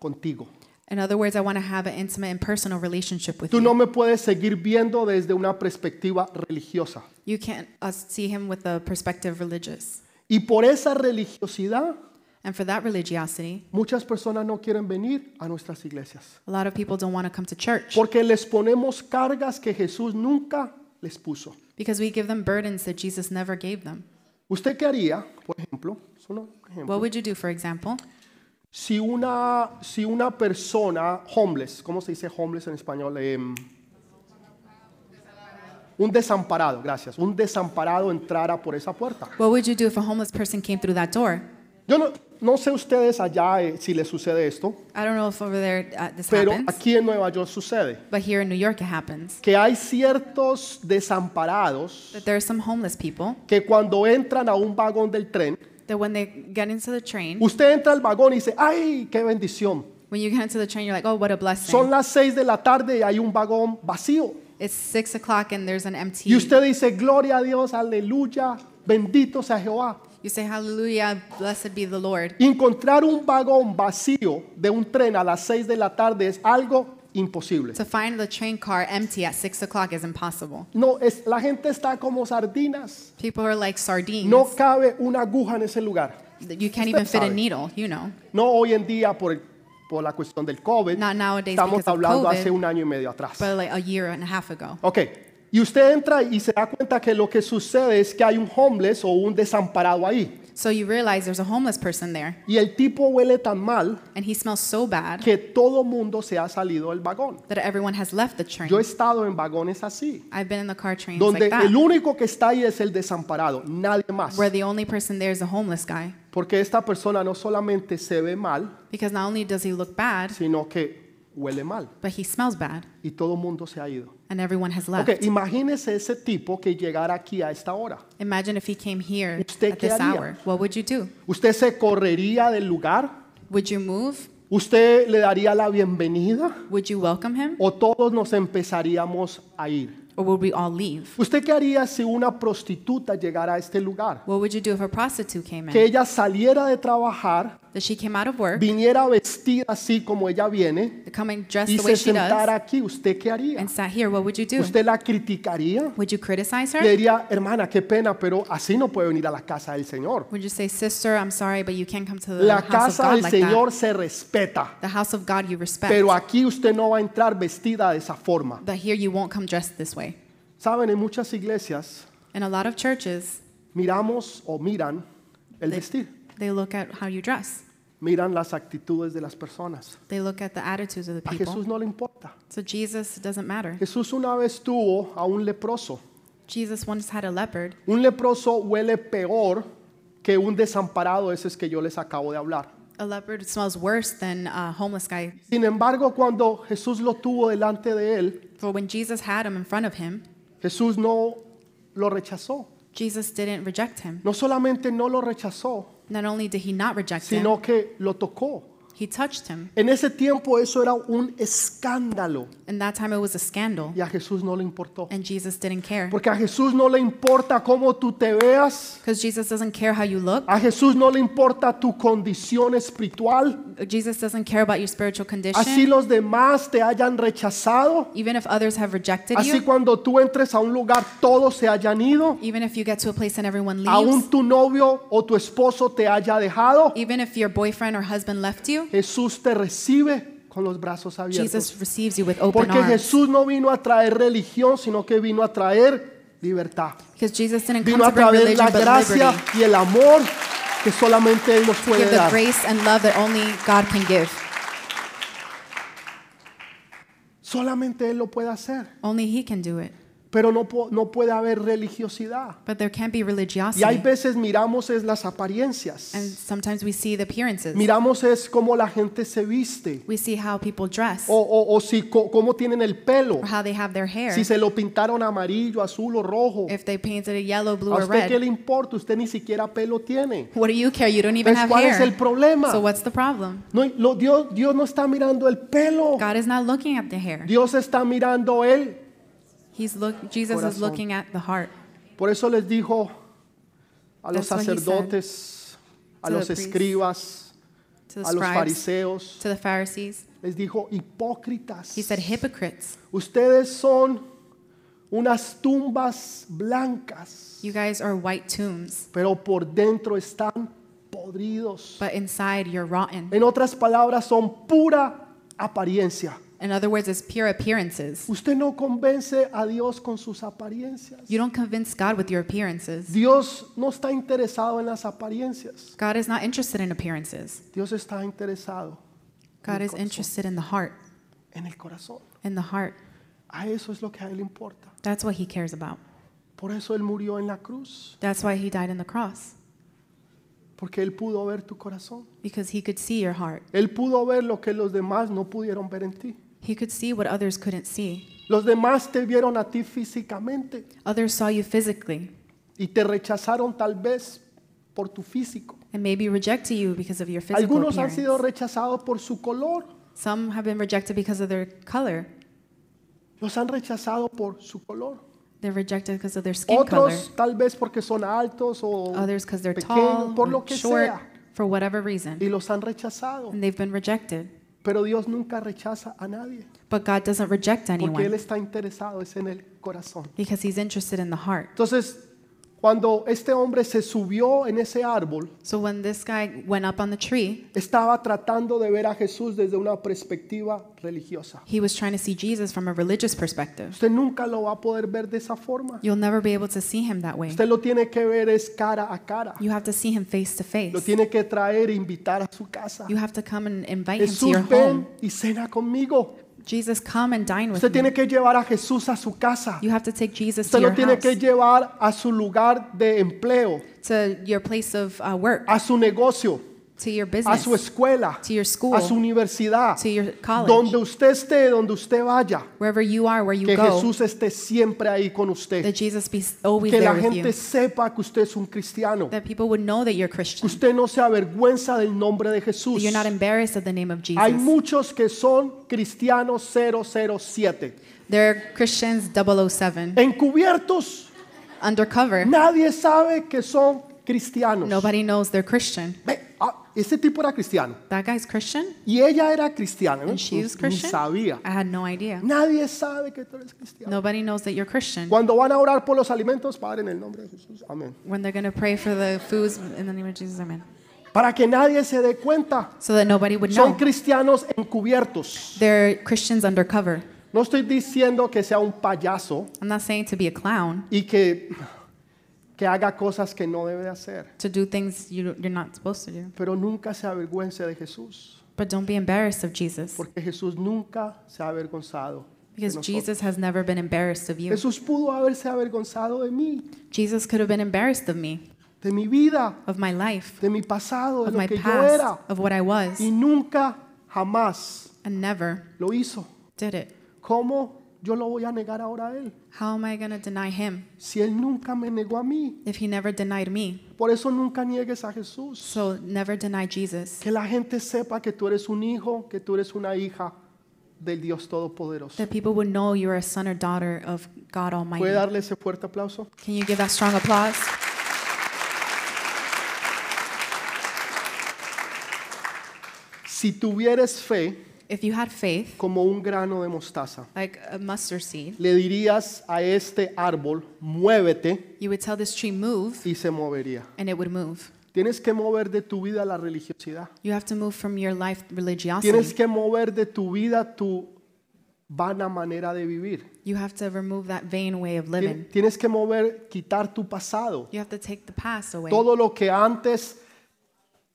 A: contigo.
C: In other words, I want to have an intimate and personal relationship with
A: Tú
C: you.
A: no me puedes seguir viendo desde una perspectiva religiosa.
C: You can't uh, see him with the perspective religious.
A: Y por esa religiosidad,
C: And for that religiosity,
A: muchas personas no quieren venir a nuestras iglesias.
C: a lot of people don't want to come to church
A: Porque les ponemos cargas que Jesús nunca les puso.
C: because we give them burdens that Jesus never gave them.
A: ¿Usted qué haría, por ejemplo? es uno- un ejemplo,
C: What would you do, for example?
A: Si una, si una persona homeless, ¿cómo se dice homeless en español? Em, un desamparado, gracias. Un desamparado entrara por esa puerta.
C: What would you do if a homeless person came through that door?
A: Yo no, no sé ustedes allá eh, si les sucede esto,
C: I don't know if over there uh, this
A: pero
C: happens,
A: aquí en Nueva York sucede
C: but here in New York it happens.
A: que hay ciertos desamparados
C: That there are some homeless people
A: que cuando entran a un vagón del tren,
C: that when they get into the train,
A: Usted entra al vagón y dice, ¡ay, qué bendición!
C: when you get into the train, you're like, oh, what a
A: Son
C: blessing.
A: las 6 de la tarde y hay un vagón vacío.
C: It's six o'clock and there's an empty.
A: Y usted dice, gloria a Dios, aleluya, bendito sea Jehová.
C: You say, Hallelujah, blessed be the Lord.
A: Y Encontrar un vagón vacío de un tren a las 6 de la tarde es algo imposible.
C: To find the train car empty at six o'clock is impossible.
A: No, es, la gente está como sardinas.
C: People are like sardines.
A: No cabe una aguja en ese lugar.
C: You can't even fit a
A: sabe.
C: needle, you know.
A: No hoy en día por, el- por la cuestión del COVID.
C: Not nowadays
A: Estamos
C: because of
A: hablando
C: COVID.
A: hace un año y medio atrás.
C: But like a year and a half ago.
A: Ok, y usted entra y se da cuenta que lo que sucede es que hay un homeless o un desamparado ahí.
C: So you realize there's a homeless person there,
A: Y el tipo huele tan mal
C: and he smells so bad
A: que todo mundo se ha salido del vagón.
C: that everyone has left the train.
A: Yo he estado en vagones así,
C: I've been in the car trains
A: donde
C: like
A: el
C: that,
A: único que está ahí es el desamparado, nadie más.
C: where the only person there is a homeless guy.
A: Porque esta persona no solamente se ve mal,
C: Because not only does he look bad,
A: sino que huele mal.
C: but he smells bad,
A: Y todo mundo se ha ido.
C: and everyone has left.
A: Ok, imagínese ese tipo que llegara aquí a esta hora.
C: Imagine if he came here
A: ¿Usted
C: at
A: qué
C: this
A: haría?
C: hour. What would you do?
A: ¿Usted se correría del lugar?
C: Would you move?
A: ¿Usted le daría la bienvenida?
C: Would you welcome him?
A: o todos nos empezaríamos a ir.
C: Or would we all leave?
A: ¿Usted qué haría si una prostituta llegara a este lugar?
C: What would you do if a prostitute came
A: Que
C: in?
A: ella saliera de trabajar,
C: That she came out of work,
A: viniera vestida así como ella viene
C: coming dressed
A: y
C: the way
A: se
C: she
A: sentara
C: does,
A: aquí. ¿Usted qué haría?
C: and sat here. What would you do?
A: ¿Usted la criticaría?
C: Would you criticize
A: Le
C: her?
A: diría, hermana, qué pena, pero así no puede venir a la casa del Señor.
C: Would you say, Sister, I'm sorry, but you can't come to the
A: La
C: house of
A: casa
C: God
A: del
C: like
A: Señor
C: that?
A: se respeta,
C: The house of God you respect.
A: pero aquí usted no va a entrar vestida de esa forma.
C: but here you won't come dressed this way.
A: Saben, en muchas iglesias
C: In a lot of churches,
A: miramos o miran el vestir.
C: they look at how you dress,
A: miran las actitudes de las personas.
C: they look at the attitudes of the
A: A
C: people.
A: Jesús no le importa.
C: So Jesus it doesn't matter.
A: Jesús una vez tuvo a un leproso.
C: Jesus once had a leopard.
A: Un leproso huele peor que un desamparado, ese es que yo les acabo de hablar.
C: A leopard smells worse than a homeless guy.
A: Sin embargo, cuando Jesús lo tuvo delante de él,
C: For when Jesus had him in front of him,
A: Jesús no lo rechazó.
C: Jesus didn't reject him.
A: No solamente no lo rechazó,
C: Not only did he not reject him,
A: sino que lo tocó.
C: he touched him.
A: En ese tiempo eso era un escándalo
C: In that time, it was a scandal,
A: y a Jesús no le importó.
C: and Jesus didn't care.
A: Porque a Jesús no le importa cómo tú te veas,
C: Because Jesus doesn't care how you look.
A: A Jesús no le importa tu condición espiritual.
C: Jesus doesn't care about your spiritual
A: Así
C: condition.
A: los demás te hayan rechazado.
C: Even if others have rejected
A: Así
C: you,
A: cuando tú entres a un lugar todos se hayan ido.
C: even if you get to a place and everyone leaves,
A: Aún tu novio o tu esposo te haya dejado.
C: even if your boyfriend or husband left you,
A: Jesús te recibe con los brazos abiertos.
C: Jesus receives you with open
A: Porque
C: arms.
A: Jesús no vino a traer religión, sino que vino a traer libertad.
C: Because Jesus didn't come
A: Vino
C: to
A: a
C: bring
A: traer
C: religion
A: la
C: but
A: gracia
C: liberty.
A: y el amor que solamente Él nos
C: To
A: puede
C: give the
A: dar.
C: grace and love that only God can give.
A: Solamente Él lo puede hacer.
C: Only He can do it.
A: Pero no, po- no puede haber religiosidad.
C: But there can be
A: Y hay
C: religiosity.
A: veces miramos es las apariencias.
C: And sometimes we see the appearances.
A: Miramos es cómo la gente se viste.
C: We see how people dress
A: O, o- o si co- cómo tienen el pelo.
C: or how they have their hair.
A: Si se lo pintaron amarillo, azul o rojo.
C: If they painted it yellow, blue,
A: ¿A
C: or
A: usted qué
C: red.
A: le importa? Usted ni siquiera pelo tiene.
C: What do you care? You don't even
A: Entonces,
C: have
A: ¿Cuál es el
C: hair.
A: problema?
C: So what's the problem?
A: No, lo- Dios, Dios no está mirando el pelo.
C: God is not looking at the hair.
A: Dios está mirando él.
C: He's look Jesus
A: Corazón.
C: is looking at the heart.
A: Por eso les dijo a los
C: That's what he said
A: sacerdotes, a
C: to
A: los
C: the priests,
A: escribas,
C: To the
A: a los
C: scribes,
A: fariseos,
C: to the Pharisees.
A: les dijo hipócritas.
C: He said, hypocrites.
A: Ustedes son unas tumbas blancas,
C: You guys are white tombs,
A: pero por dentro están podridos.
C: but inside you're rotten.
A: En otras palabras, son pura apariencia.
C: In other words, it's pure appearances.
A: Usted no convence a Dios con sus apariencias.
C: You don't convince God with your appearances.
A: Dios no está interesado en las apariencias.
C: God is not interested in appearances.
A: Dios está interesado
C: God
A: Mi
C: is
A: corazón.
C: interested in the heart,
A: en el corazón.
C: in the heart.
A: A eso es lo que a Él le importa.
C: That's what he cares about.
A: Por eso Él murió en la cruz,
C: That's why he died on the cross,
A: porque Él pudo ver tu corazón.
C: because he could see your heart.
A: Él pudo ver lo que los demás no pudieron ver en ti.
C: He could see what others couldn't see.
A: Los demás te vieron a ti físicamente
C: Others saw you physically
A: y te rechazaron tal vez por tu físico.
C: and maybe rejected you because of your physical
A: Algunos han
C: appearance.
A: sido rechazados por su color,
C: Some have been rejected because of their color.
A: los han rechazado por su color.
C: They're rejected because of their skin color.
A: Otros tal vez porque son altos o
C: Others because they're
A: pequeños,
C: tall,
A: por
C: or
A: lo que
C: short,
A: sea.
C: for whatever reason.
A: Y los han rechazado.
C: And they've been rejected.
A: Pero Dios nunca rechaza a nadie.
C: But God doesn't reject
A: Porque Él
C: anyone
A: está interesado, es en el corazón.
C: because he's interested in the heart.
A: Entonces, cuando este hombre se subió en ese árbol,
C: So when this guy went up on the tree,
A: estaba tratando de ver a Jesús desde una perspectiva religiosa.
C: he was trying to see Jesus from a religious perspective.
A: Usted nunca lo va a poder ver de esa forma.
C: You'll never be able to see him that way.
A: Usted lo tiene que ver es cara a cara.
C: You have to see him face to
A: Lo
C: face.
A: tiene que traer e invitar a su casa.
C: You have to come and invite him to
A: Jesús,
C: your home.
A: ven y cena conmigo.
C: Jesus, come and dine with
A: Usted
C: me.
A: tiene que llevar a Jesús a su casa.
C: You have to take Jesus
A: Usted
C: to your
A: lo tiene que
C: house,
A: llevar a su lugar de empleo,
C: to your place of uh, work,
A: a su negocio,
C: to your
A: a su
C: business,
A: escuela,
C: to your
A: a su
C: school,
A: universidad,
C: to your
A: donde
C: college,
A: usted esté, donde usted vaya,
C: wherever you are, where you
A: que
C: go,
A: Jesús esté siempre ahí con
C: that
A: usted,
C: Jesus be s- always
A: que
C: there
A: la
C: with you,
A: gente sepa que usted es un cristiano,
C: that people would know that you're
A: que
C: Christian, that
A: usted no se avergüenza del nombre de Jesús.
C: you're not embarrassed at the name of
A: Hay
C: Jesus.
A: muchos que son cristianos 007,
C: They're Christians 007.
A: Eh, encubiertos,
C: Undercover,
A: nadie sabe que son cristianos.
C: nobody knows they're Christian.
A: Ve, ah, ese tipo era cristiano
C: That guy's Christian?
A: y ella era cristiana, ¿no?
C: And she was
A: Ni- ni
C: Christian?
A: sabía.
C: I had no idea.
A: Nadie sabe que tú eres cristiano.
C: Nobody knows that you're Christian.
A: Cuando van a orar por los alimentos, Padre, en el nombre de Jesús, amén.
C: When they're going to pray for the foods in the name of Jesus, amen.
A: Para que nadie se dé cuenta.
C: So that nobody would
A: Son
C: know.
A: cristianos encubiertos.
C: They're Christians undercover.
A: No estoy diciendo que sea un payaso
C: I'm not saying to be a clown,
A: y que, que haga cosas que no debe de hacer,
C: to do things you, you're not supposed to do.
A: pero nunca se avergüence de Jesús,
C: But don't be embarrassed of Jesus,
A: porque Jesús nunca se ha avergonzado. de
C: because
A: nosotros.
C: Jesus has never been embarrassed of you.
A: Jesús pudo haberse avergonzado de mí,
C: Jesus could have been embarrassed of me,
A: de mi vida,
C: of my life,
A: de mi pasado, de
C: of
A: lo
C: my
A: que yo
C: past,
A: era,
C: of what I
A: y
C: was,
A: nunca, jamás
C: and never
A: lo hizo.
C: did it.
A: ¿Cómo yo lo voy a negar ahora a él?
C: How am I going to deny him
A: Si él nunca me negó a mí,
C: if he never denied me?
A: por eso nunca niegues a Jesús.
C: So never deny Jesus.
A: Que la gente sepa que tú eres un hijo, que tú eres una hija del Dios Todopoderoso.
C: That people would know you are a son or daughter of God Almighty.
A: ¿Puede darle ese fuerte aplauso?
C: Can you give that strong applause?
A: Si tuvieres fe
C: If you had faith,
A: como un grano de mostaza,
C: like a mustard seed,
A: le dirías a este árbol, muévete,
C: you would tell this tree, move,
A: y se movería.
C: and it would move.
A: Tienes que mover de tu vida la religiosidad.
C: You have to move from your life
A: Tienes
C: religiosity.
A: que mover de tu vida tu vana manera de vivir.
C: You have to remove that vain way of living.
A: Tien- Tienes que mover, quitar tu pasado.
C: You have to take the past away.
A: Todo lo que antes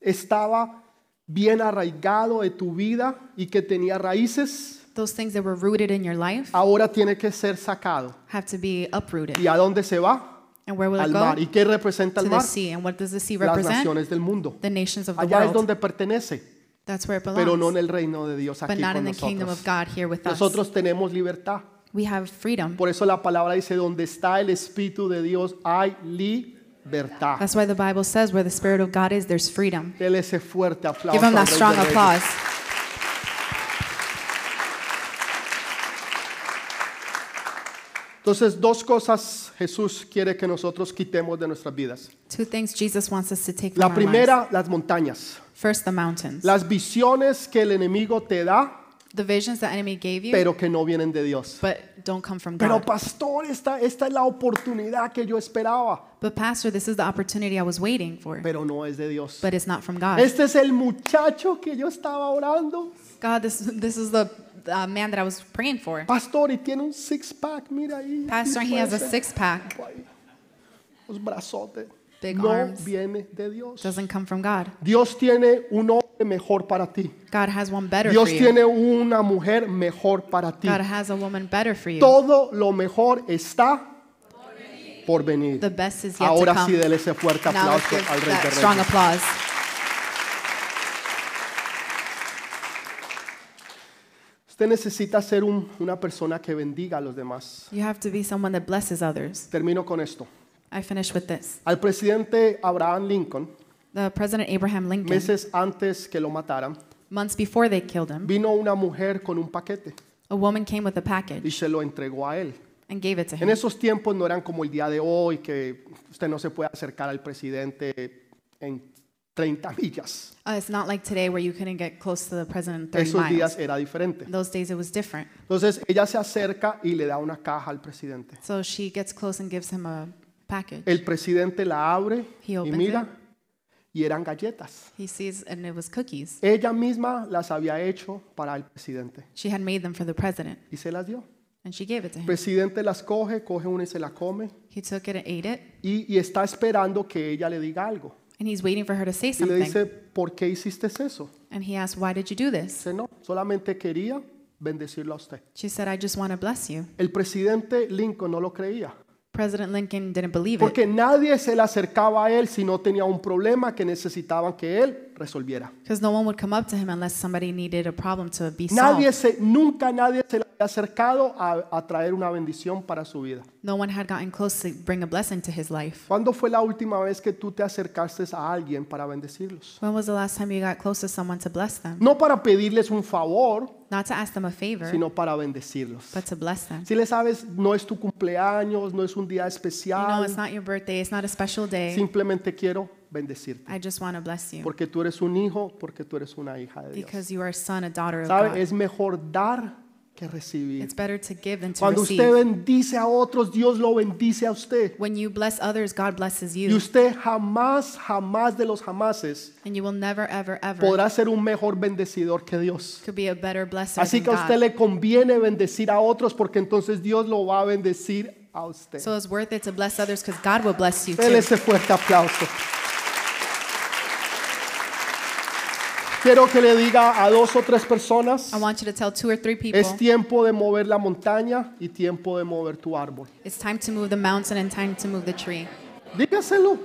A: estaba bien arraigado de tu vida y que tenía raíces,
C: Those things that were rooted in your life
A: ahora tiene que ser sacado.
C: have to be uprooted.
A: ¿Y a dónde se va?
C: And where will it
A: Al
C: go?
A: mar. ¿Y qué representa
C: To
A: el
C: the
A: mar?
C: sea. And what does the sea
A: Las
C: represent?
A: naciones del mundo.
C: The nations of the
A: Allá es
C: world.
A: donde pertenece,
C: That's where it
A: pero no en
C: belongs.
A: el reino de Dios
C: But
A: aquí
C: not in
A: con
C: the kingdom of
A: nosotros.
C: God here with us.
A: Nosotros tenemos libertad.
C: We have freedom.
A: Por eso la palabra dice, donde está el Espíritu de Dios hay libertad.
C: That's why the Bible says where the Spirit of God is, there's freedom.
A: Dele ese fuerte aplauso.
C: Give him
A: al
C: that
A: Rey
C: strong
A: de Reyes.
C: applause.
A: Entonces, dos cosas Jesús quiere que nosotros quitemos de nuestras vidas.
C: Two things Jesus wants us to take from
A: La
C: our lives.
A: primera, las montañas.
C: First, the mountains.
A: Las visiones que el enemigo te da,
C: The visions the enemy gave you,
A: pero que no vienen de Dios.
C: but don't come from
A: Pero
C: God.
A: pastor, esta, esta es la oportunidad que yo esperaba,
C: But pastor, this is the opportunity I was waiting for,
A: pero no es de Dios.
C: but it's not from God.
A: Este es el muchacho que yo estaba orando.
C: God, this this is the uh, man that I was praying for.
A: Pastor, y tiene un six pack, mira ahí.
C: Pastor,
A: y
C: he has a
A: fuerza.
C: six pack.
A: Ahí. Los brazotes.
C: Big
A: no
C: arms.
A: viene de Dios.
C: Doesn't come from God.
A: Dios tiene un hombre mejor para ti.
C: God has one better for
A: Dios
C: you.
A: tiene una mujer mejor para ti.
C: God has a woman better for you.
A: Todo lo mejor está por venir.
C: The best is yet to
A: Ahora sí,
C: come.
A: dele ese fuerte
C: Now
A: aplauso
C: let's give
A: al Rey de
C: that strong
A: Reyes.
C: applause.
A: Usted necesita ser un- una persona que bendiga a los demás.
C: You have to be someone that blesses others.
A: Termino con esto.
C: I finish with this.
A: Al presidente Abraham Lincoln,
C: The President Abraham Lincoln,
A: meses antes que lo mataran,
C: months before they killed him,
A: vino una mujer con un paquete
C: a woman came with a
A: y
C: package
A: se lo entregó a él.
C: and gave it to
A: En
C: him.
A: esos tiempos no eran como el día de hoy, que usted no se puede acercar al presidente en 30 millas.
C: Uh, it's not like today where you couldn't get close to the president in 30
A: Esos
C: miles.
A: días era diferente.
C: In those days it was different.
A: Entonces ella se acerca y le da una caja al presidente.
C: So she gets close and gives him a package.
A: El presidente la abre
C: He
A: y
C: opens
A: mira, y eran galletas.
C: He sees, and it was cookies.
A: Ella misma las había hecho para el presidente
C: She had made them for the president,
A: y se las dio.
C: and she gave it to
A: El
C: him.
A: presidente las coge, coge una y se la come
C: He took it and ate it,
A: y, y está esperando que ella le diga algo.
C: and he's waiting for her to say
A: Y le
C: something.
A: dice, ¿por qué hiciste eso?
C: And he asked, Why did you do this?
A: Dice, no, solamente quería bendecirlo a usted.
C: She said, I just want to bless you.
A: El presidente Lincoln no lo creía,
C: President Lincoln didn't believe it
A: porque nadie se le acercaba a él si no tenía un problema que necesitaban que él resolviera.
C: because no one would come up to him unless somebody needed a problem to be
A: Nadie
C: solved.
A: se, nunca nadie se le había acercado a, a traer una bendición para su vida.
C: No one had gotten close to bring a blessing to his life.
A: ¿Cuándo fue la última vez que tú te acercaste a alguien para bendecirlos?
C: When was the last time you got close to someone to bless them?
A: No para pedirles un favor,
C: Not to ask them a favor,
A: Mm. sino para bendecirlos.
C: but to bless them.
A: Si le sabes, no es tu cumpleaños, no es un día
C: You know, it's
A: especial,
C: not your birthday, it's not a special day.
A: simplemente quiero bendecirte.
C: I just want to bless you
A: Porque tú eres un hijo, porque tú eres una hija de Dios.
C: because you are a son, a daughter of
A: ¿Sabe?
C: God.
A: Es mejor dar que
C: It's
A: recibir.
C: better to give than to
A: Cuando usted
C: receive.
A: bendice a otros, Dios lo bendice a usted.
C: When you bless others, God blesses
A: Y
C: you.
A: usted jamás, jamás de los jamases
C: And you will never, ever, ever
A: podrá ser un mejor bendecidor que Dios.
C: could be a better blesser
A: Así
C: than
A: que a usted
C: God.
A: le conviene bendecir a otros porque entonces Dios lo va a bendecir a usted.
C: So it's worth it to bless others because God will bless you
A: Dele
C: too.
A: ese fuerte aplauso. Quiero que le diga a dos o tres personas,
C: I want you to tell two or three people
A: es tiempo de mover la montaña y tiempo de mover tu árbol.
C: it's time to move the mountain and time to move the tree.
A: Dígaselo.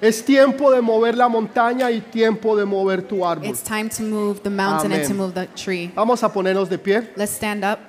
A: Es tiempo de mover la montaña y tiempo de mover tu árbol.
C: It's time to move the mountain and to
A: Amén.
C: move the tree.
A: Vamos a ponernos de pie.
C: Let's stand up.